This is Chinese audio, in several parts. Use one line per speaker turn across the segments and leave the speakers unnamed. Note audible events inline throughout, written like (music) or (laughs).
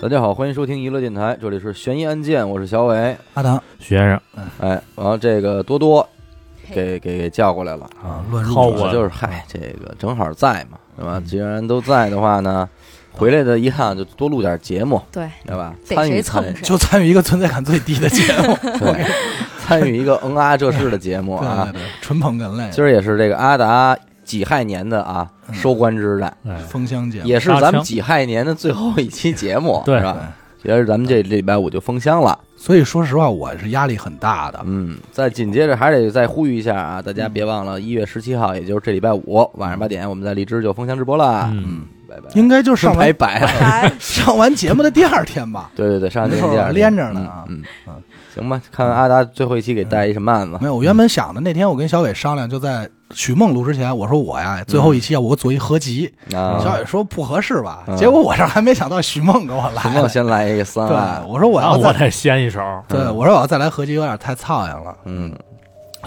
大家好，欢迎收听娱乐电台，这里是悬疑案件，我是小伟。
阿达
徐先生
哎，然后这个多多给给给叫过来了，
啊，乱入
好
主
我
我就是嗨，这个正好在嘛，对吧？既然都在的话呢，回来的一趟就多录点节目，
对，
对吧？
逮
参与
谁蹭
参与，
(laughs)
谁。
就参与一个存在感最低的节目，
对， (laughs) 参与一个嗯啊这事的节目
对 (laughs) 对
啊。
对，纯捧哏类，
今儿也是这个阿达己亥年的啊收官之战，
哎，
封箱节目，
也是咱们己亥年的最后一期节目，
对
是吧？也是咱们这礼拜五就封箱了。
所以说实话，我是压力很大的。
嗯，再紧接着还得再呼吁一下啊，大家别忘
嗯
了一月十七号，也就是这礼拜五晚上八点，我们在荔枝就封箱直播啦。
嗯，
拜拜，
应该就是上
拜
完
拜
(laughs)
了。
来
上完节目的第二
(laughs)
天吧，
对对对，上链
没
接
错连着呢啊
嗯，嗯
嗯
行吧，看看阿达最后一期给带一什么案子
没。有。我原本想的那天，我跟小伟商量，就在许梦录之前，我说我呀，最后一期啊，我做一合集。小
啊，
伟说不合适吧
嗯，
结果我这儿还没想到许梦给我
陈
来
梦啊
了。
先来一个三
对，
万，
我说我
那
要
啊我
再，
得先一手，
对我说我要再来合集有点太操样了，
嗯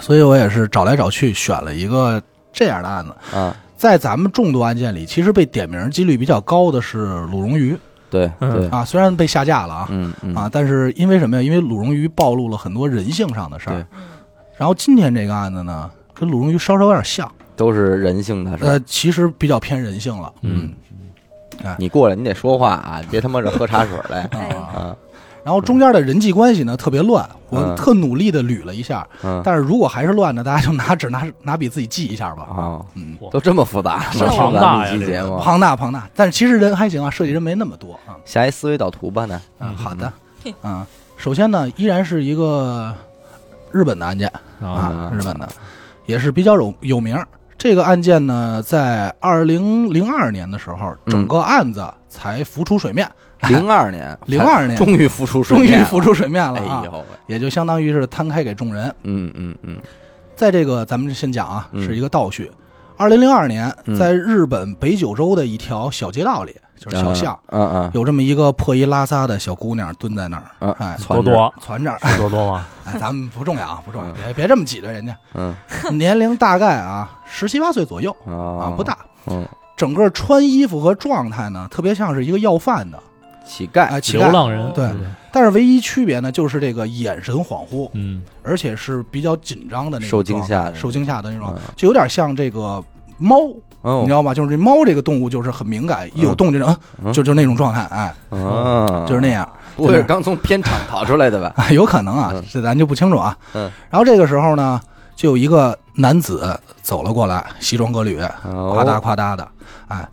所以我也是找来找去选了一个这样的案子。
啊，
在咱们众多案件里，其实被点名几率比较高的是鲁荣鱼
对
嗯
对，
啊，虽然被下架了啊、
嗯嗯
啊，但是因为什么呀？因为鲁荣鱼暴露了很多人性上的事
对
儿。然后今天这个案子呢，跟鲁荣鱼稍稍有点像，
都是人性的事儿。
呃，其实比较偏人性了。
嗯
你过来，你得说话啊，别他妈这喝茶水
(laughs)
来
啊，
啊。
然后中间的人际关系呢特别乱，
嗯
我特努力的捋了一下，
嗯，
但是如果还是乱的，大家就拿纸拿拿笔自己记一下吧。
啊，
嗯，
都这么复杂，
是
上
庞大呀
一期
这个
节目，
庞大庞大，但是其实人还行啊，涉及人没那么多啊。
下一思维导图吧呢。
嗯，好的，嗯，首先呢，依然是一个日本的案件
啊，
啊，日本的，也是比较有有名儿。这个案件呢，在二零零二年的时候，
嗯
整个案子才浮出水面， (laughs)
零二年，
02年
终于浮出水
终
面
于
了，
浮出水面了
哎
啊，
呦喂，
也就相当于是摊开给众人。
嗯嗯嗯，
在这个咱们先讲啊，
嗯
是一个倒叙。二零零二年
嗯，
在日本北九州的一条小街道里，就是小巷，
嗯，嗯嗯，
有这么一个破衣拉撒的小姑娘蹲在那儿，
啊
哎，
攒
多
着，
多
攒着，
是多多吗？
(laughs) 哎，咱们不重要啊，不重要，
嗯
别别这么挤兑人家。
嗯
年龄大概啊十七八岁左右啊，
啊
不，大。
嗯，
整个穿衣服和状态呢，特别像是一个要饭的，
乞
哎，
丐，
乞
流
丐。
浪人，
对，但是唯一区别呢，就是这个眼神恍惚，
嗯，
而且是比较紧张的那种
受惊吓
状
的
态受惊吓的那种
嗯，
就有点像这个猫，你
哦
知，道吗？就是这猫这个动物就是很敏感，一有动这种，
嗯
嗯就就那种状态，哎，
啊，
就是那，样。
不会是刚从片场跑出来的吧？
啊，有可能啊
嗯，
这咱就不清楚啊。
嗯，
然后这个时候呢，就有一个男子走了过来，西装革履， (laughs) 夸嗒
哦，
夸嗒的。哎，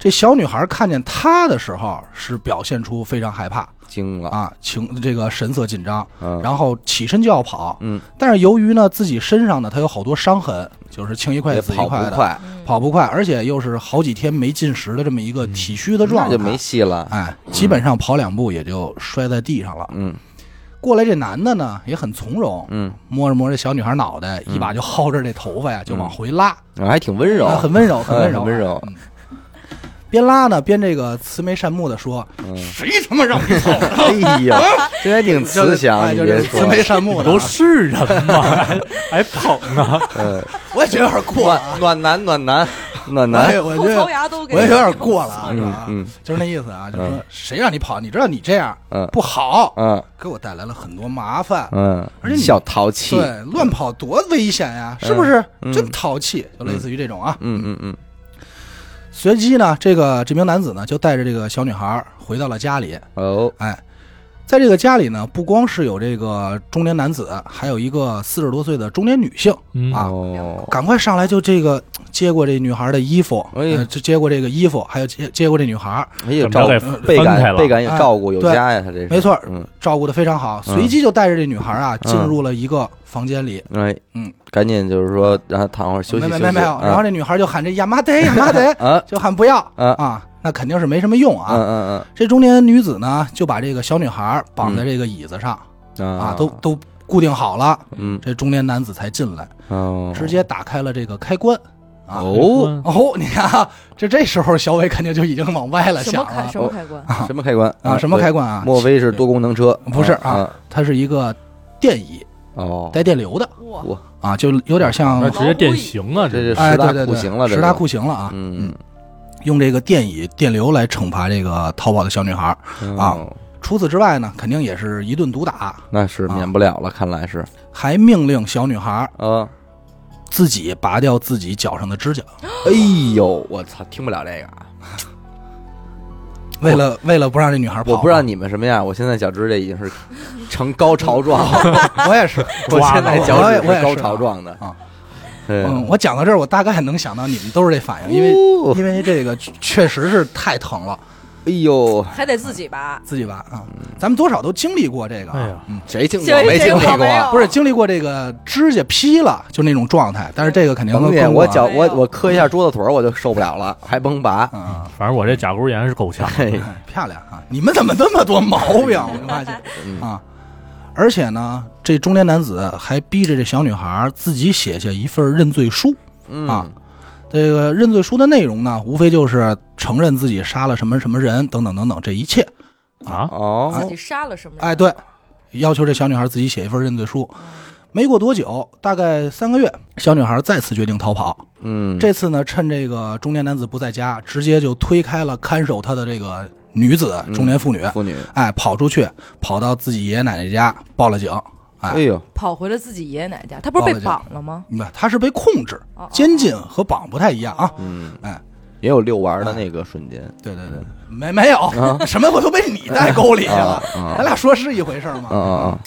这小女孩看见他的时候，是表现出非常害怕
惊了，
啊，情这个神色紧张，
嗯，
然后起身就要跑。
嗯，
但是由于呢自己身上呢，他有好多伤痕，就是青一块
也
紫一
哎跑
块
不
的，
快，
跑不快，而且又是好几天没进食的这么一个体虚的状
嗯那
态，
就没戏了，
哎，基本上跑两步也就摔在地上了。
嗯
过来这男的呢也很从容，
嗯，
摸着摸着小女孩脑袋，一把就薅着这头发呀，就往回拉，
啊还挺温柔
啊，很温
(laughs)
柔，很温柔，
哎很温柔
嗯。边拉呢边这个慈眉善目的说：“
嗯
谁他妈让你走的？”
哎呦，这还挺
(laughs)
(laughs)
就
慈
是
祥，
哎
你
就
别
是
说
慈，眉善目的
都
啊。
是人吗？ (laughs) 还还捧啊呢，
嗯，
我也觉得有点过了啊，
(laughs) 暖暖男，暖男，暖
哎
男，
呦，我
后
觉得
槽牙都给
我也有点过了啊，是
嗯
吧
嗯
就是那意思啊，就是
嗯
说谁让你跑？你知道你这样
嗯
不好，
嗯
给我带来了很多麻烦。
嗯，
而且你
小淘气，
对，乱跑多危险呀，是不是
嗯？
真淘气，就类似于这种啊。
嗯嗯嗯
随即呢，这个这名男子呢就带着这个小女孩儿回到了家里。
哦，
哎，在这个家里呢，不光是有这个中年男子，还有一个四十多岁的中年女性。
嗯
啊
哦，
赶快上来就这个接过这女孩的衣服，
哎
呃就接过这个衣服，还有接接过这女孩，
哎呦，
怎么
照
着
呃
给
倍
分开
感
了？
倍感有
哎
照顾有
对
加呀，他这是
没错
嗯，
照顾的非常好。
嗯
随即就带着这女孩啊
嗯
进入了一个房间里。
哎，
嗯，
赶紧就是说让他躺会儿休息
没
休
没
息，
没没有，然后
啊
这女孩就喊这亚麻得亚麻得，
啊
就喊不要
嗯
啊，那肯定是没什么用啊。
嗯嗯
这中年女子呢，就把这个小女孩绑在这个椅子上
嗯
啊，都都固定好了。
嗯
这中年男子才进来，
哦，
直接打开了这个开关啊。
哦
哦，你看啊，这这时候小伟肯定就已经往歪了
什么
想
开
了
什么开关？
什么开关
啊，什么开
关？
关啊？
嗯莫非是多功能车？
不是
啊
啊它是一个电椅
哦，
带电流的
哇，
啊，就有点像
那直接电刑啊，
这
这
是
哎，
哦十
对
大
对
酷
对，
刑了，这
十大
是
酷刑了啊，
嗯
用这个电椅电流来惩罚这个逃跑的小女孩儿。啊
哦
除此之外呢，肯定也是一顿毒打，
那是免不了了，看来是，
还命令小女孩儿
啊，
自己拔掉自己脚上的指甲，
哎呦，我操，听不了这个啊！
为了为了不让这女孩跑。
我不知
(laughs)
道，你们什么样，我现在脚趾甲已经是呈高潮状了，
(laughs) 我也是，
我现在脚
我也
趾
我
是
也是
高潮状的
啊。
对，
嗯，我讲到这儿，我大概能想到你们都是这反应，因为
哦
因为这个确确实是太疼了，
哎呦，
还得自己拔。
自己拔啊，咱们多少都经历过这个啊，
哎呀
嗯，
谁经历
谁
没经历
谁
过
我没有
啊？
不是经历过这个指甲劈了就那种状态，但是这个肯定
甭
能
介，我脚
没
我
有
我磕一下桌子腿儿我就受不了了，还甭拔。哎
啊，
反正我这甲沟炎是够呛。
嘿，
嗯漂亮啊！你们怎么这么多毛
(laughs)
病？我发现
嗯
啊，而且呢，这中年男子还逼着这小女孩自己写下一份认罪书。
(laughs) 嗯
啊这个认罪书的内容呢，无非就是承认自己杀了什么什么人，等等等等，这一切。
啊，
自
哦，
己杀了什么人？
哎，对，要求这小女孩自己写一份认罪书。没过多久，大概三个月，小女孩再次决定逃跑。
嗯，
这次呢，趁这个中年男子不在家，直接就推开了看守她的这个女子
嗯
中年妇女，
妇女，
哎，跑出去，跑到自己爷爷奶奶家报了警。
哎呦，
跑回了自己爷爷奶奶家，他不是被绑了吗？
那她是被控制
哦哦，
监禁和绑不太一样啊。
嗯，
哎，
也有遛弯儿的那个瞬间
对对对，没没有， (laughs) 什么我都被你带沟里去了，
啊
咱俩说是一回事儿吗？
啊啊啊！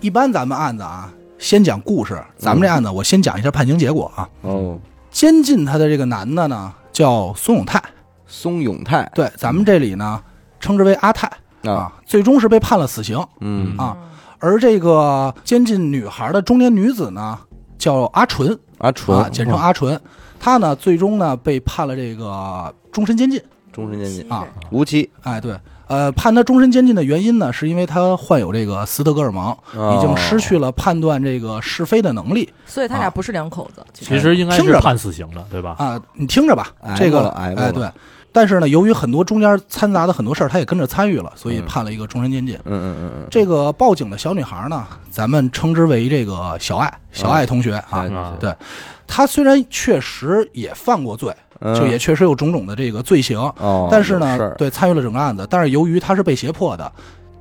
一般咱们案子啊，先讲故事，咱
嗯
们这案子我先讲一下判刑结果啊。
哦，
监禁他的这个男的呢，叫孙永泰，
松永泰
对，咱们这里呢称之为阿泰
啊，
啊，最终是被判了死刑。
嗯，
啊而这个监禁女孩的中年女子呢，叫阿纯
阿纯嗯
啊，，简称阿纯，她呢最终呢被判了这个终身监禁。
终身监禁，
啊
无期，
哎，对，呃，判她终身监禁的原因呢，是因为她患有这个斯德哥尔摩，
哦
已经失去了判断这个是非的能力
所以他俩不是两口子。
其实应该
听
是
着吧
判死刑的，对吧？
啊。你听着吧，
挨
这
过
个
了挨过
哎
了
对，但是呢，由于很多中间掺杂的很多事儿，她也跟着参与了，所以
嗯
判了一个终身监禁。
嗯嗯嗯
这个报警的小女孩呢，咱们称之为这个小爱，小爱同学啊
嗯，。
啊
对她虽然确实也犯过罪，
嗯，
就也确实有种种的这个罪行，
哦，
但是
有事
呢，
儿
对参与了整个案子，但是由于她是被胁迫的，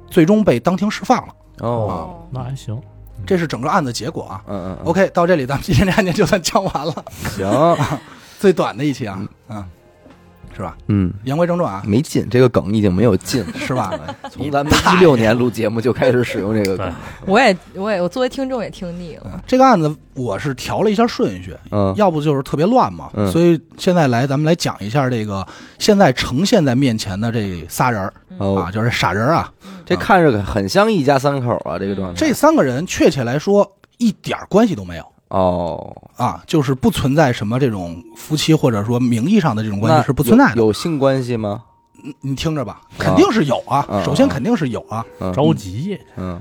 最终被当庭释放了，啊
哦，
哦，
嗯
那还行。
这是整个案子结果啊。
嗯嗯嗯嗯
OK，到这里咱们今天这案件就算讲完了， (laughs)
(laughs) 行，
最短的一期啊，嗯，是吧？
嗯，
言归正传啊，
没劲，这个梗已经没有劲了。
是 (laughs) 吧？
从咱们一六年录节目就开始使用这个
对
梗，，
我也我也我作为听众也听腻了。
嗯这个案子我是调了一下顺序，
嗯，
要不就是特别乱嘛，
嗯
所以现在来咱们来讲一下这个现在呈现在面前的这仨人儿、
哦嗯
啊，，就是傻人儿啊，
这看着很像一家三口啊，这个状态。
这三个人确切来说一点儿关系都没有。
哦，
啊，就是不存在什么这种夫妻或者说名义上的这种关
那
系是不存在的。
有有性关系吗？
你听着吧，肯定是有啊。
啊
首先肯定是有啊。
嗯
着急，
嗯，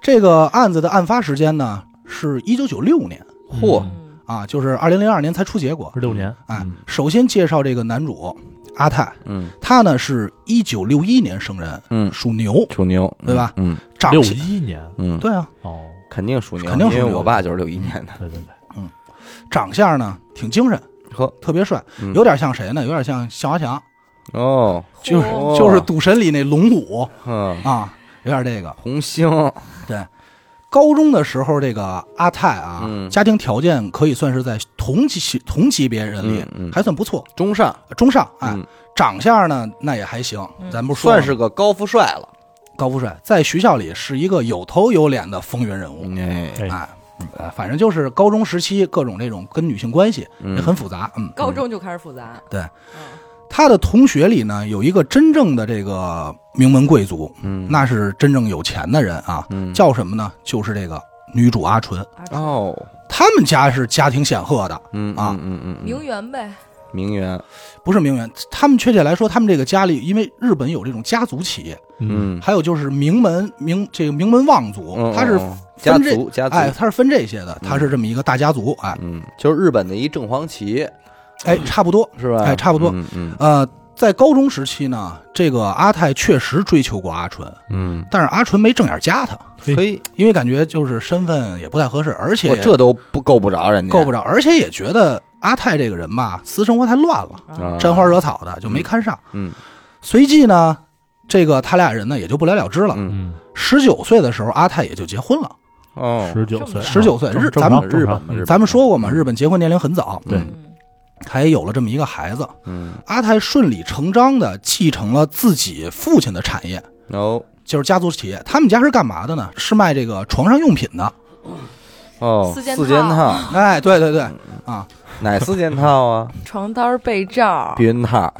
这个案子的案发时间呢是一九九六年
嚯，
嗯
啊，就是二零零二年才出结果
二。六年，
哎
嗯，
首先介绍这个男主阿泰，
嗯
他呢是一九六一年生人，
嗯，
属牛，
属牛，
对吧
嗯？
长
六
相
一年，
嗯嗯，
对啊，
哦，
肯定属牛，
肯定属
因
牛
为我爸就是六一年的。
对对对，
长相呢挺精神，
呵，
特别帅，
嗯
有点像谁呢？有点像向华强，
哦，
嗯就是
嚯
就是赌神里那龙五
嗯，
啊，有点这个。
红星，
高中的时候，这个阿泰啊，
嗯
家庭条件可以算是在同级同级别人里、
嗯嗯
还算不错，
中上，
中上。哎，
嗯
长相呢那也还行，
嗯
咱不说
算是个高富帅了。
高富帅，在学校里是一个有头有脸的风云人物。
哎，
哎
哎，呃反正就是高中时期各种这种跟女性关系也
嗯
很复杂。嗯，
高中就开始复杂。
对
嗯，
他的同学里呢有一个真正的这个名门贵族，
嗯
那是真正有钱的人啊，
嗯
叫什么呢？就是这个女主阿纯，
啊
哦，
他们家是家庭显赫的。
嗯
啊
嗯嗯嗯，
名媛呗，
名媛，
不是名媛，他们确切来说，他们这个家里，因为日本有这种家族企业，
嗯，
嗯，
还有就是名门名这个名门望族，
嗯
他是
嗯嗯家
分这
族家族，
哎，他是分这些的，
嗯
他是这么一个大家族，哎
嗯，就是日本的一正黄旗，
哎，差不多。
是吧？
哎差不多
嗯嗯
呃，在高中时期呢，这个阿泰确实追求过阿纯，
嗯，
但是阿纯没正眼加他，
所以
因为感觉就是身份也不太合适，而且
我这都不够不着人家，
够不着，而且也觉得阿泰这个人吧，私生活太乱了，
啊
沾花惹草的就没看上。
嗯
随即呢，这个他俩人呢也就不了了之了。
嗯
嗯，
十九岁的时候，阿泰也就结婚了。
哦，
十九岁，
19岁
正
日
正
咱们
常正
日
常
本嘛
嗯
日本
咱们说过嘛，日本结婚年龄很早，
对
嗯
还有了这么一个孩子。
嗯
阿泰顺理成章的继承了自己父亲的产业，
哦
就是家族企业。他们家是干嘛的呢？是卖这个床上用品的。
哦，
四件
四件
套
套，
哎，对对对，啊，
哪四件套 (laughs) 啊？
床单儿被
(laughs)
罩儿，
避孕套，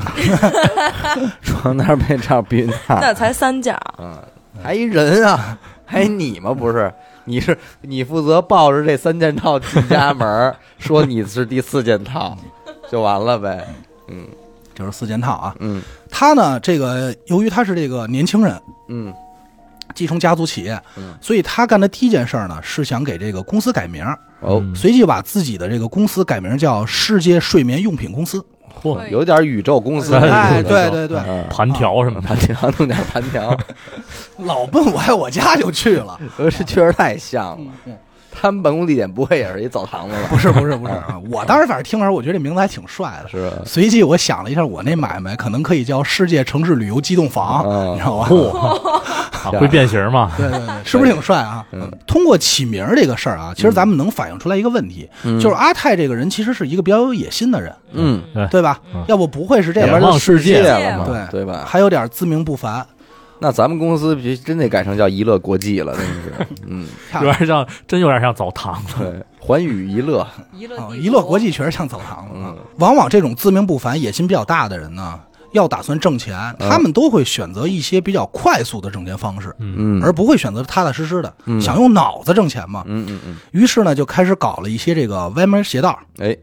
床单被罩避孕套，
那才三件儿。
还一人啊，还你吗？不是，你是你负责抱着这三件套进家门儿， (laughs) 说你是第四件套，就完了呗。
就是四件套啊。
嗯
他呢，这个由于他是这个年轻人，
嗯
继承家族企业
嗯，
所以他干的第一件事儿呢，是想给这个公司改名儿，
哦，
嗯
随即把自己的这个公司改名叫世界睡眠用品公司。
嚯，
有点宇宙公司，
哎，对对对，
嗯，
盘条什么的，
盘条弄点盘条，
老奔我爱我家就去了。
我是确实太像了。
嗯
他们办公地点不会也是一澡堂子吧？
(laughs) 不是不是不是，啊我当时反正听的时候，我觉得这名字还挺帅的。
是吧
随即我想了一下，我那买卖可能可以叫世界城市旅游机动房，
嗯
你知道吧？
啊会变形嘛？
对对对，是不是挺帅啊？
嗯
通过起名儿这个事儿啊，其实咱们能反映出来一个问题，
嗯
就是阿泰这个人其实是一个比较有野心的人，
嗯，
对吧？
嗯
要不不会是这
野
样
玩
望，
到
世界
了嘛，
对
对吧？
还有点自命不凡。
那咱们公司必须真得改成叫“一乐国际”了，真是，
(laughs)
嗯，
看
(laughs) 有点像，真有点像澡堂子。
对，环宇一乐，
娱乐
啊，
帝
娱乐
国
国际确实像澡堂子啊
嗯。
往往这种自命不凡、野心比较大的人呢，要打算挣钱，他们都会选择一些比较快速的挣钱方式，
嗯，
而不会选择踏踏实实的，
嗯
想用脑子挣钱嘛。
嗯嗯嗯，
于是呢，就开始搞了一些这个歪门邪道。
哎，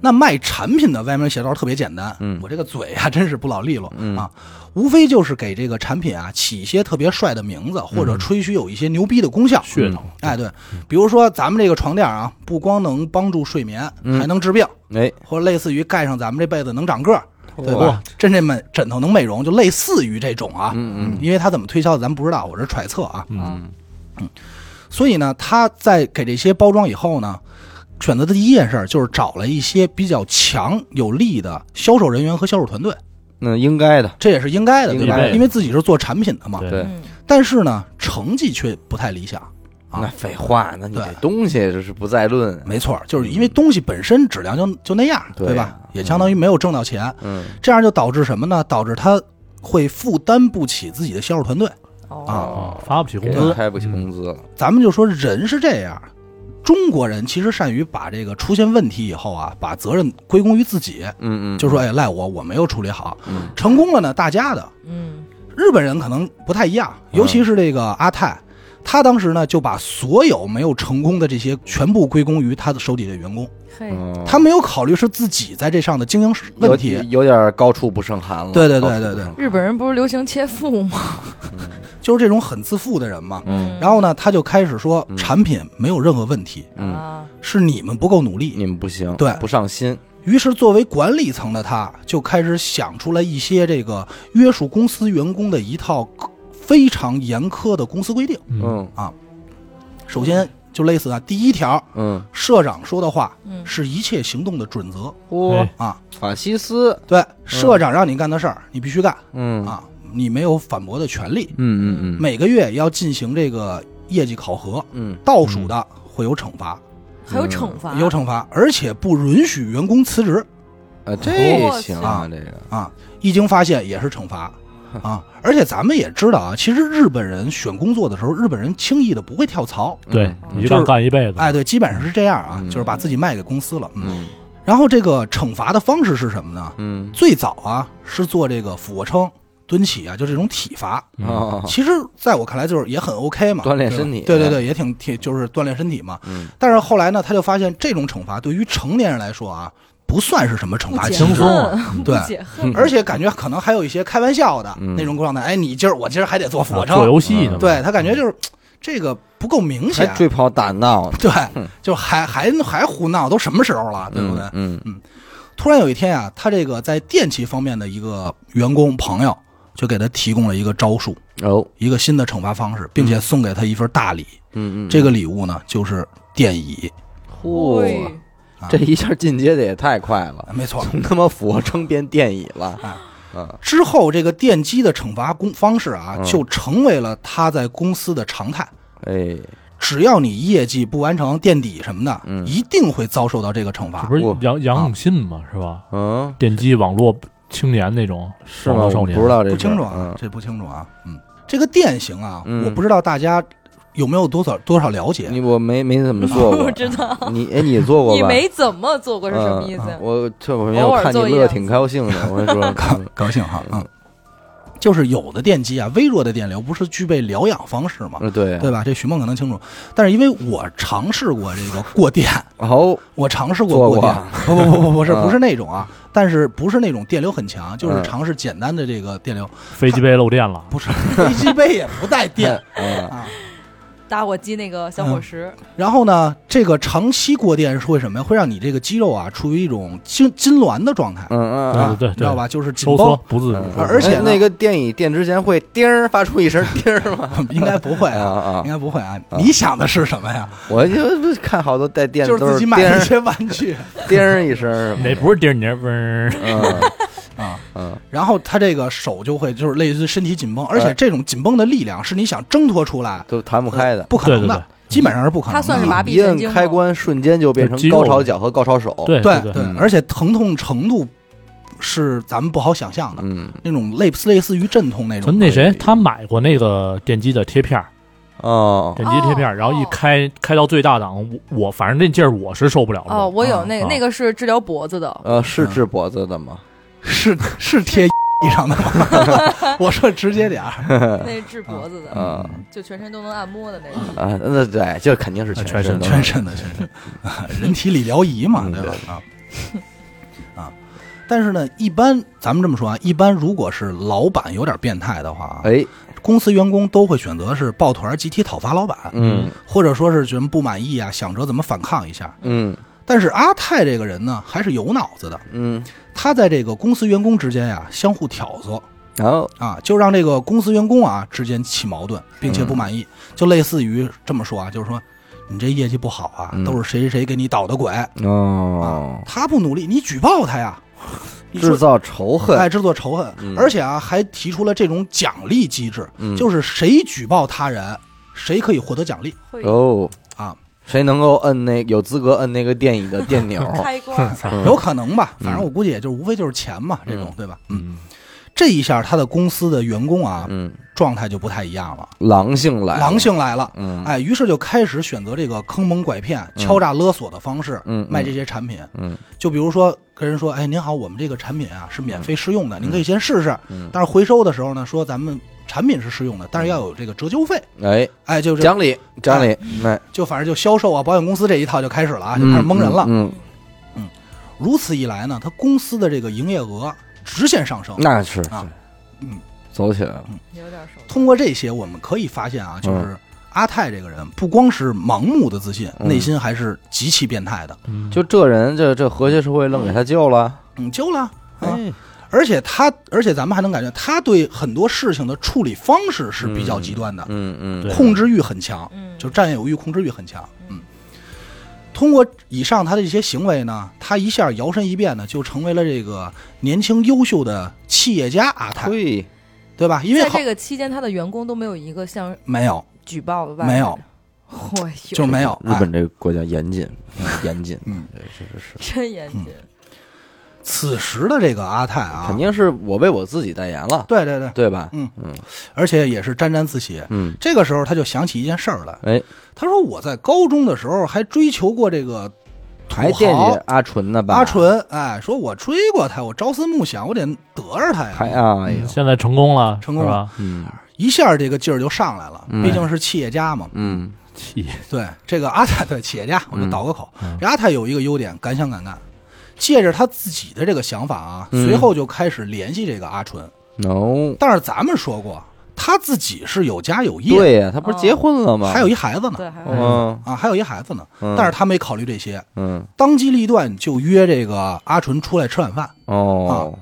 那卖产品的歪门邪道特别简单，
嗯
我这个嘴啊真是不老利落、
嗯
啊，无非就是给这个产品啊起一些特别帅的名字，或者
嗯
吹嘘有一些牛逼的功效。
噱头，
哎，对，比如说咱们这个床垫啊，不光能帮助睡眠，
嗯
还能治病，
哎，
或者类似于盖上咱们这被子能长个儿，对吧
哇？
枕这们枕头能美容，就类似于这种啊。
嗯嗯
因为他怎么推销的咱不知道，我这揣测啊。
嗯
所以呢，他在给这些包装以后呢，选择的第一件事儿就是找了一些比较强有力的销售人员和销售团队，
那应该的，
这也是应该的，
应
对
该
吧
的？
因为自己是做产品的嘛。
对
对
嗯
但是呢，成绩却不太理想。啊
那废话，那你
对
这东西就是不再论，
没错，就是因为东西本身质量就就那样，
对
对吧
呀？
也相当于没有挣到钱，
嗯
这样就导致什么呢？导致他会负担不起自己的销售团队。
哦，
啊，
发不起工
给
资
他，开不起工资了，
咱们就说人是这样，中国人其实善于把这个出现问题以后啊，把责任归功于自己，
嗯嗯，
就说哎赖我，我没有处理好，
嗯
成功了呢大家的。
嗯，
日本人可能不太一样，
嗯
尤其是这个阿泰，他当时呢就把所有没有成功的这些全部归功于他的手底下员工，
嘿，
嗯
他没有考虑是自己在这上的经营
有
问题，
有点高处不胜寒了，
对对对
高处不
对对
胜寒
日本人不是流行切腹吗？
就是这种很自负的人嘛。
嗯
然后呢，他就开始说
嗯
产品没有任何问题，
嗯，
啊，
是你们不够努力，
你们不行，
对
不上心，
于是，作为管理层的他，就开始想出来一些这个约束公司员工的一套非常严苛的公司规定。
嗯，
嗯
首先就类似啊，第一条，
嗯，
社长说的话
嗯
是一切行动的准则
嚯
哎，
啊。
法西斯，
对，社长让你干的事儿，你必须干
嗯
啊，你没有反驳的权利。
嗯嗯嗯
每个月要进行这个业绩考核，
嗯，
倒数的会有惩罚，
还有惩罚，
有惩罚，而且不允许员工辞职。
啊，这
哇
行
塞
啊，这个，
啊，一经发现也是惩罚啊。而且咱们也知道啊，其实日本人选工作的时候，日本人轻易的不会跳槽。
对，
嗯
一干干一辈子，
哎，对，基本上是这样啊，
嗯
就是把自己卖给公司了。嗯，
嗯
然后这个惩罚的方式是什么呢？
嗯，
最早啊是做这个俯卧撑、蹲起啊，就这种体罚。
嗯
嗯
哦，
其实，在我看来，就是也很 OK 嘛，
锻炼
对吧
身体
对对对，也挺挺就是锻炼身体嘛。
嗯
但是后来呢，他就发现这种惩罚对于成年人来说啊，不算是什么惩
不
罚，
解
其实
轻松
恨，不
对
(laughs)
解恨，
而且感觉可能还有一些开玩笑的、
嗯
那种状态。哎，你今儿我今儿还得做俯卧
啊做
撑，
游戏呢嘛，
对他感觉就是这个不够明
还
显，
追跑打闹呢，
对，就还还还胡闹，都什么时候了，对不对？
嗯
突然有一天啊，他这个在电器方面的一个员工朋友就给他提供了一个招数，
嗯，哦，
一个新的惩罚方式，并且送给他一份大礼。
嗯嗯嗯，
哎
这个礼物呢，就是电椅。
嚯，
嘿
啊
这一下进阶的也太快了， (laughs)
没错。
从他妈俯卧撑变电椅了，嗯
之后，这个电击的惩罚公方式啊，
嗯
就成为了他在公司的常态。
哎，
只要你业绩不完成、垫底什么的，
嗯
一定会遭受到这个惩
这
罚。
不是
我啊
杨杨永信吗？是吧？
嗯，
电击网络青年那种
是
网
吗？
络
我
少
不
年
知道这
不
事儿
清楚啊，
嗯
这不清楚啊。嗯，这个电刑啊，
嗯
我不知道大家有没有多少多少了解。
你我没没怎么做过，
(laughs) 我知道，
你哎你做过吧？
你没怎么做过是什么
嗯
意
啊
思？
我这我
偶
我
尔
看你
做一
乐
两次
挺高兴的，我跟你
高
(laughs)
说，
高兴哈啊、嗯，就是有的电击啊，微弱的电流不是具备疗养方式吗？
嗯，对，
对吧？这徐梦可能清楚，但是因为我尝试过这个过电， (laughs)
哦，
我尝试
做
过
过
过电，不不不不不是
啊
不是那种啊，但是不是那种电流很强，就是
嗯
尝试简单的这个电流，
飞机杯漏电了，
不是飞机杯也不带电
嗯，
啊。
打火机那个小
嗯
火石，
然后呢，这个长期过电是会什么呀？会让你这个肌肉啊处于一种痉痉挛的状态，
嗯
啊
嗯
啊，
对对对
知道吧？就是紧
收缩
绷，
不自主
嗯，，
而而且呢
哎那个电椅电之前会叮儿发出一声叮儿吗？
(laughs) 应该不会
啊
啊，
啊
应！该不会啊。
啊
你想的是什么呀？
我就不是看好多带电
就
的
是
都
自己
叮
买的一
儿
些玩具
叮儿一声儿什
你那
么的，
不是叮儿，你那嗡，
嗯
啊。
嗯
(laughs) 然后他这个手就会就是类似身体紧绷，而且
哎
这种紧绷的力量是你想挣脱出来
都弹不开的，
不可
对
能
对
的，基本上是不可能的。
它算是 (laughs) 麻
一
痹神
摁
经吗
开关瞬间就变成
肌肉
高潮脚和高潮手，，
(laughs) 对
对
对，
嗯
而且疼痛程度是咱们不好想象的，
嗯
那种类似类似于阵痛那
咱
种。
那
哎
谁他买过那个电击的贴片儿，
哦，
电击贴片儿，
哦
然后一开开到最大档，我我反正那劲儿我是受不
嗯
了
哦，
了。
我有那个
啊
那个是治疗脖子的，
呃，是治脖子的吗？
是是贴衣 (laughs) 上的吗？ (laughs) 我说直接点儿，
那是治脖子
嗯
的，
啊
就全身都能按摩的那种。
啊，那对，就肯定是
全
啊身
身
的，
全身的全身，啊 (laughs) 人体理疗仪嘛，
嗯
对吧？啊啊，但是呢，一般咱们这么说啊，一般如果是老板有点变态的话啊，
哎，
公司员工都会选择是抱团集体讨伐老板，
嗯
或者说是觉得不满意啊，想着怎么反抗一下。
嗯
但是阿泰这个人呢，还是有脑子的，
嗯，
他在这个公司员工之间呀、相互挑唆
然后
啊，就让这个公司员工啊之间起矛盾，
嗯
并且不满意，就类似于这么说啊，就是说你这业绩不好啊，
嗯
都是谁谁谁给你捣的鬼，
哦，
他不努力，你举报他呀，你说
制造仇
哎
恨，
制作仇恨，
嗯
而且啊还提出了这种奖励机制，
嗯
就是谁举报他人，谁可以获得奖励
会
哦，
啊，
谁能够摁那有资格摁那个电椅的电钮？
开关，
嗯
有可能吧，反正
嗯
我估计也就无非就是钱嘛，这种
嗯
对吧？嗯，
嗯，
这一下他的公司的员工啊
嗯，
状态就不太一样了，
狼性来，
狼，性来了。
嗯
哎，于是就开始选择这个坑蒙拐骗、敲诈勒索的方式
嗯，
卖这些产品。
嗯
就比如说跟人说：“哎，您好，我们这个产品啊是免费试用的，您可以先试试。
嗯，
但是回收的时候呢，说咱们产品是试用的，但是要有这个折旧费。
哎，”
哎，就这
讲理讲理，那
就反正就销售啊，保险公司这一套就开始了啊，就开始蒙人了。
嗯，
如此一来呢，他公司的这个营业额直线上升。
那是
啊，嗯，
走起来了，
有点手。
通过这些，我们可以发现啊，就是阿泰这个人不光是盲目的自信，
嗯
内心还是极其变态的。
嗯
就这人，这这和谐社会愣给他救了，
嗯，救了。啊
哎，
而且他，而且咱们还能感觉他对很多事情的处理方式是比较极端的，
嗯嗯
对
控制欲很强，
嗯，
就占有欲、控制欲很强。嗯，通过以上他的一些行为呢，他一下摇身一变呢，就成为了这个年轻优秀的企业家阿泰，
对，
对吧？因为
在
好
这个期间，他的员工都没有一个像
没有
举报的外
没有，
我有，
就是没有
日
哎
本这个国家严谨，严谨，
嗯
对，是是是，
(laughs) 真严谨。
此时的这个阿泰啊，
肯定是我为我自己代言了，
对对对，
对吧？
嗯
嗯
而且也是沾沾自喜。
嗯，
这个时候他就想起一件事儿来，
哎，
他说我在高中的时候还追求过这个
还
土
惦
豪
记阿纯呢吧？
阿纯，哎，说我追过他，我朝思暮想，我得得着他
还
呀。
哎
嗯
呦，
现在成功了，
成功了
是
(laughs)
吧，
嗯
一下这个劲儿就上来了，
嗯
毕竟是企业家嘛。
嗯
气
对，这个阿泰 (laughs) 对企业家，我就倒个口。
嗯
这阿泰有一个优点，敢想敢干。借着他自己的这个想法啊，
嗯
随后就开始联系这个阿纯。
，no，
但是咱们说过，他自己是有家有业，哦
对呀，他不是结婚了吗？
还有一孩子呢
对，还有
嗯，
啊，还有一孩子呢。
嗯
但是他没考虑这些，
嗯
当机立断就约这个阿纯出来吃晚饭。
哦，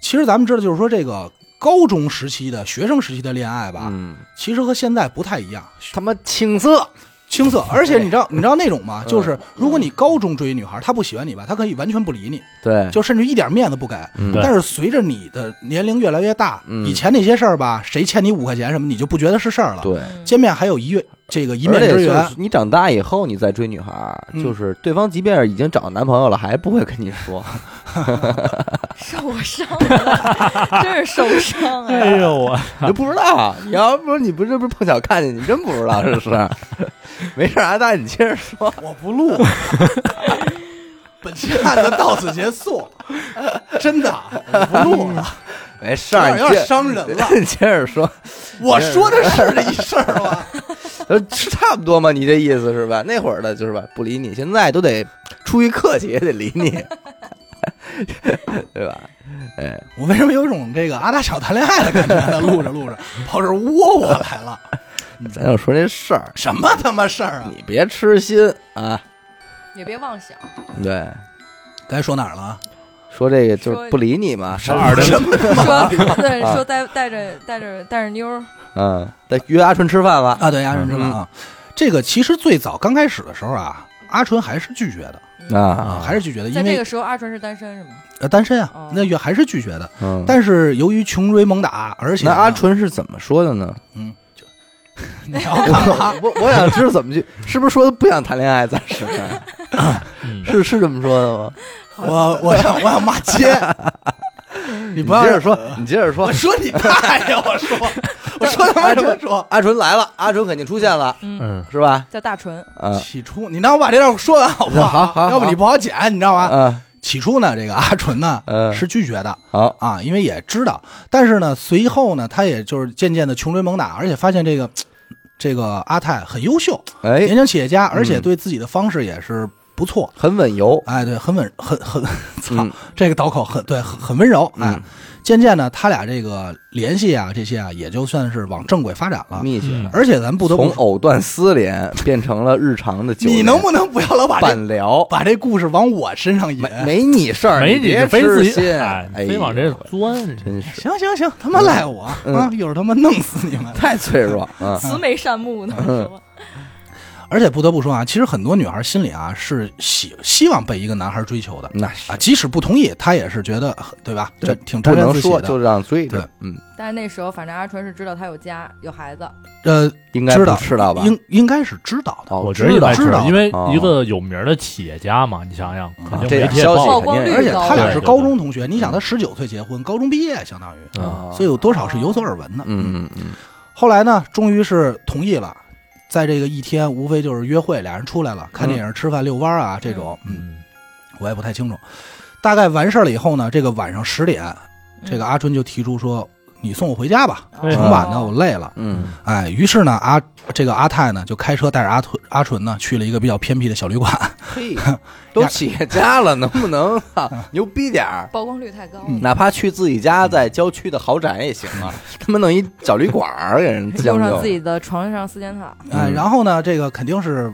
其实咱们知道，就是说这个高中时期的学生时期的恋爱吧，
嗯，
其实和现在不太一样。
他妈青涩，
青涩，而且你知道，你知道那种吗？
嗯
就是如果你高中追女孩，她不喜欢你吧，她可以完全不理你，
对，
就甚至一点面子不给。
嗯
对
但是随着你的年龄越来越大，
嗯
以前那些事儿吧，谁欠你五块钱什么，你就不觉得是事儿了。
对，
见面还有一月这个一
而
面
且
之
就
缘
是，你长大以后，你再追女孩儿，
嗯
就是对方即便是已经找男朋友了，还不会跟你说。
受伤了， (laughs) 真是受伤啊！
哎呦我，
你就不知道，你要不你不是不是碰巧看见，你真不知道是不是？没事儿，阿大，你接着说。
我不录。本期案子到此结束，真的我不录了，
没事儿，
有
你
点
接
伤人了。
你接着说，
我说的是这一事儿吗？
呃是差不多嘛？你这意思是吧？那会儿的就是吧，不理你，现在都得出于客气也得理你， (laughs) 对吧？哎，
我为什么有一种这个阿大小谈恋爱的感觉呢？录着录着跑这儿窝我来了，
咱就说这事儿，
什么他妈事儿啊？
你别痴心啊。
也别妄想，
对，
该说哪儿了啊？
说这个就是不理你嘛，
说二的
什么
(laughs) 说对，
啊
说带带着带着带着妞儿，
嗯，得约阿春吃饭了。
啊？对，阿纯知道啊。
嗯
这个其实最早刚开始的时候啊，阿纯还是拒绝的
啊，
还是拒绝的，
嗯在
因
这
为
个时候，阿纯是单身是吗？
呃单身啊
哦，
那也还是拒绝的。
嗯，
但是由于穷追猛打，而且
那
呢
阿纯是怎么说的呢？ (laughs)
你要干嘛？
我我想知道怎么去，是不是说不想谈恋爱？暂时
嗯
是是这么说的吗？
我我想我想骂街，
(laughs)
你
你
不要
接着说，你接着说
我。说你大爷！我说我说他妈
哎
什么说？
阿纯来了，阿纯肯定出现了，
嗯，
(laughs)
嗯，
是吧？
叫大纯，
嗯
起初，你让我把这段说完好
(laughs)
不
好好好
要不你不好剪，你知道吗？
嗯，
起初呢，这个阿纯呢
(laughs) 嗯
是拒绝的
好，
啊，因为也知道，但是呢，随后呢，他也就是渐渐的穷追猛打，而且发现这个这个阿泰很优秀，年
哎，
轻企业家，而且
嗯
对自己的方式也是不错。
很稳油，
哎，对，很稳，很很，操，
嗯
这个刀口很对，很很温柔。哎，
嗯
渐渐呢，他俩这个联系啊，这些啊，也就算是往正轨发展了。
密切
嗯
了。
而且啊咱不得不
从哦
说，
藕断丝连变成了日常的酒连，
你能不能不要老把这
半聊？
把这故事往我身上引？
没没你事儿，
没
你
你
别
就非
痴
自己，
心，
哎，
哎
非往这
呦
钻，
真是
行行行，他妈赖我、
嗯
啊！一会儿他妈弄死你们。
太脆弱，
(laughs)
嗯
慈眉善目呢，
嗯
说
而且不得不说啊，其实很多女孩心里啊是希希望被一个男孩追求的
那是
啊，即使不同意，她也是觉得对吧？这挺
不
沾沾
能
自喜
说
的。
就让追着
对，
嗯，
(laughs) 但是那时候，反正阿纯是知道他有家有孩子，
呃，
应该
知
不
道
知道吧？
应应该是知道的。
哦
我觉得应该
知
是
道
因为
哦
一个有名的企业家嘛，你想想，肯定
啊这
没
点
贴
消息
曝
报。
肯
光
定是
而
率
且他俩
对
是
对
高
对
中同学，你
嗯
想他十九岁结婚，高中毕业相当于，
嗯
所以有多少是有所耳闻的。
啊嗯嗯嗯，
后来呢，终于是同意了，在这个一天，无非就是约会，俩人出来了，看
嗯
电影、吃饭、遛弯儿啊这种，嗯，
嗯，
我也不太清楚。大概完事儿了以后呢，这个晚上十点，
嗯
这个阿春就提出说：“你送我回家吧，
哦
哎
挺晚的，我累了。”
嗯，
哎，于是呢，阿这个阿泰呢就开车带着阿纯阿纯呢去了一个比较偏僻的小旅馆，哎
嘿， (laughs) 都企业家了，能不能啊牛逼点儿？
曝光率太高了，
嗯
哪怕去自己家，在郊区的豪宅也行啊！他们弄一小旅馆儿给
(laughs)
人将
用上
就
自，己的床上四件套，
哎，
嗯
然后呢，这个肯定是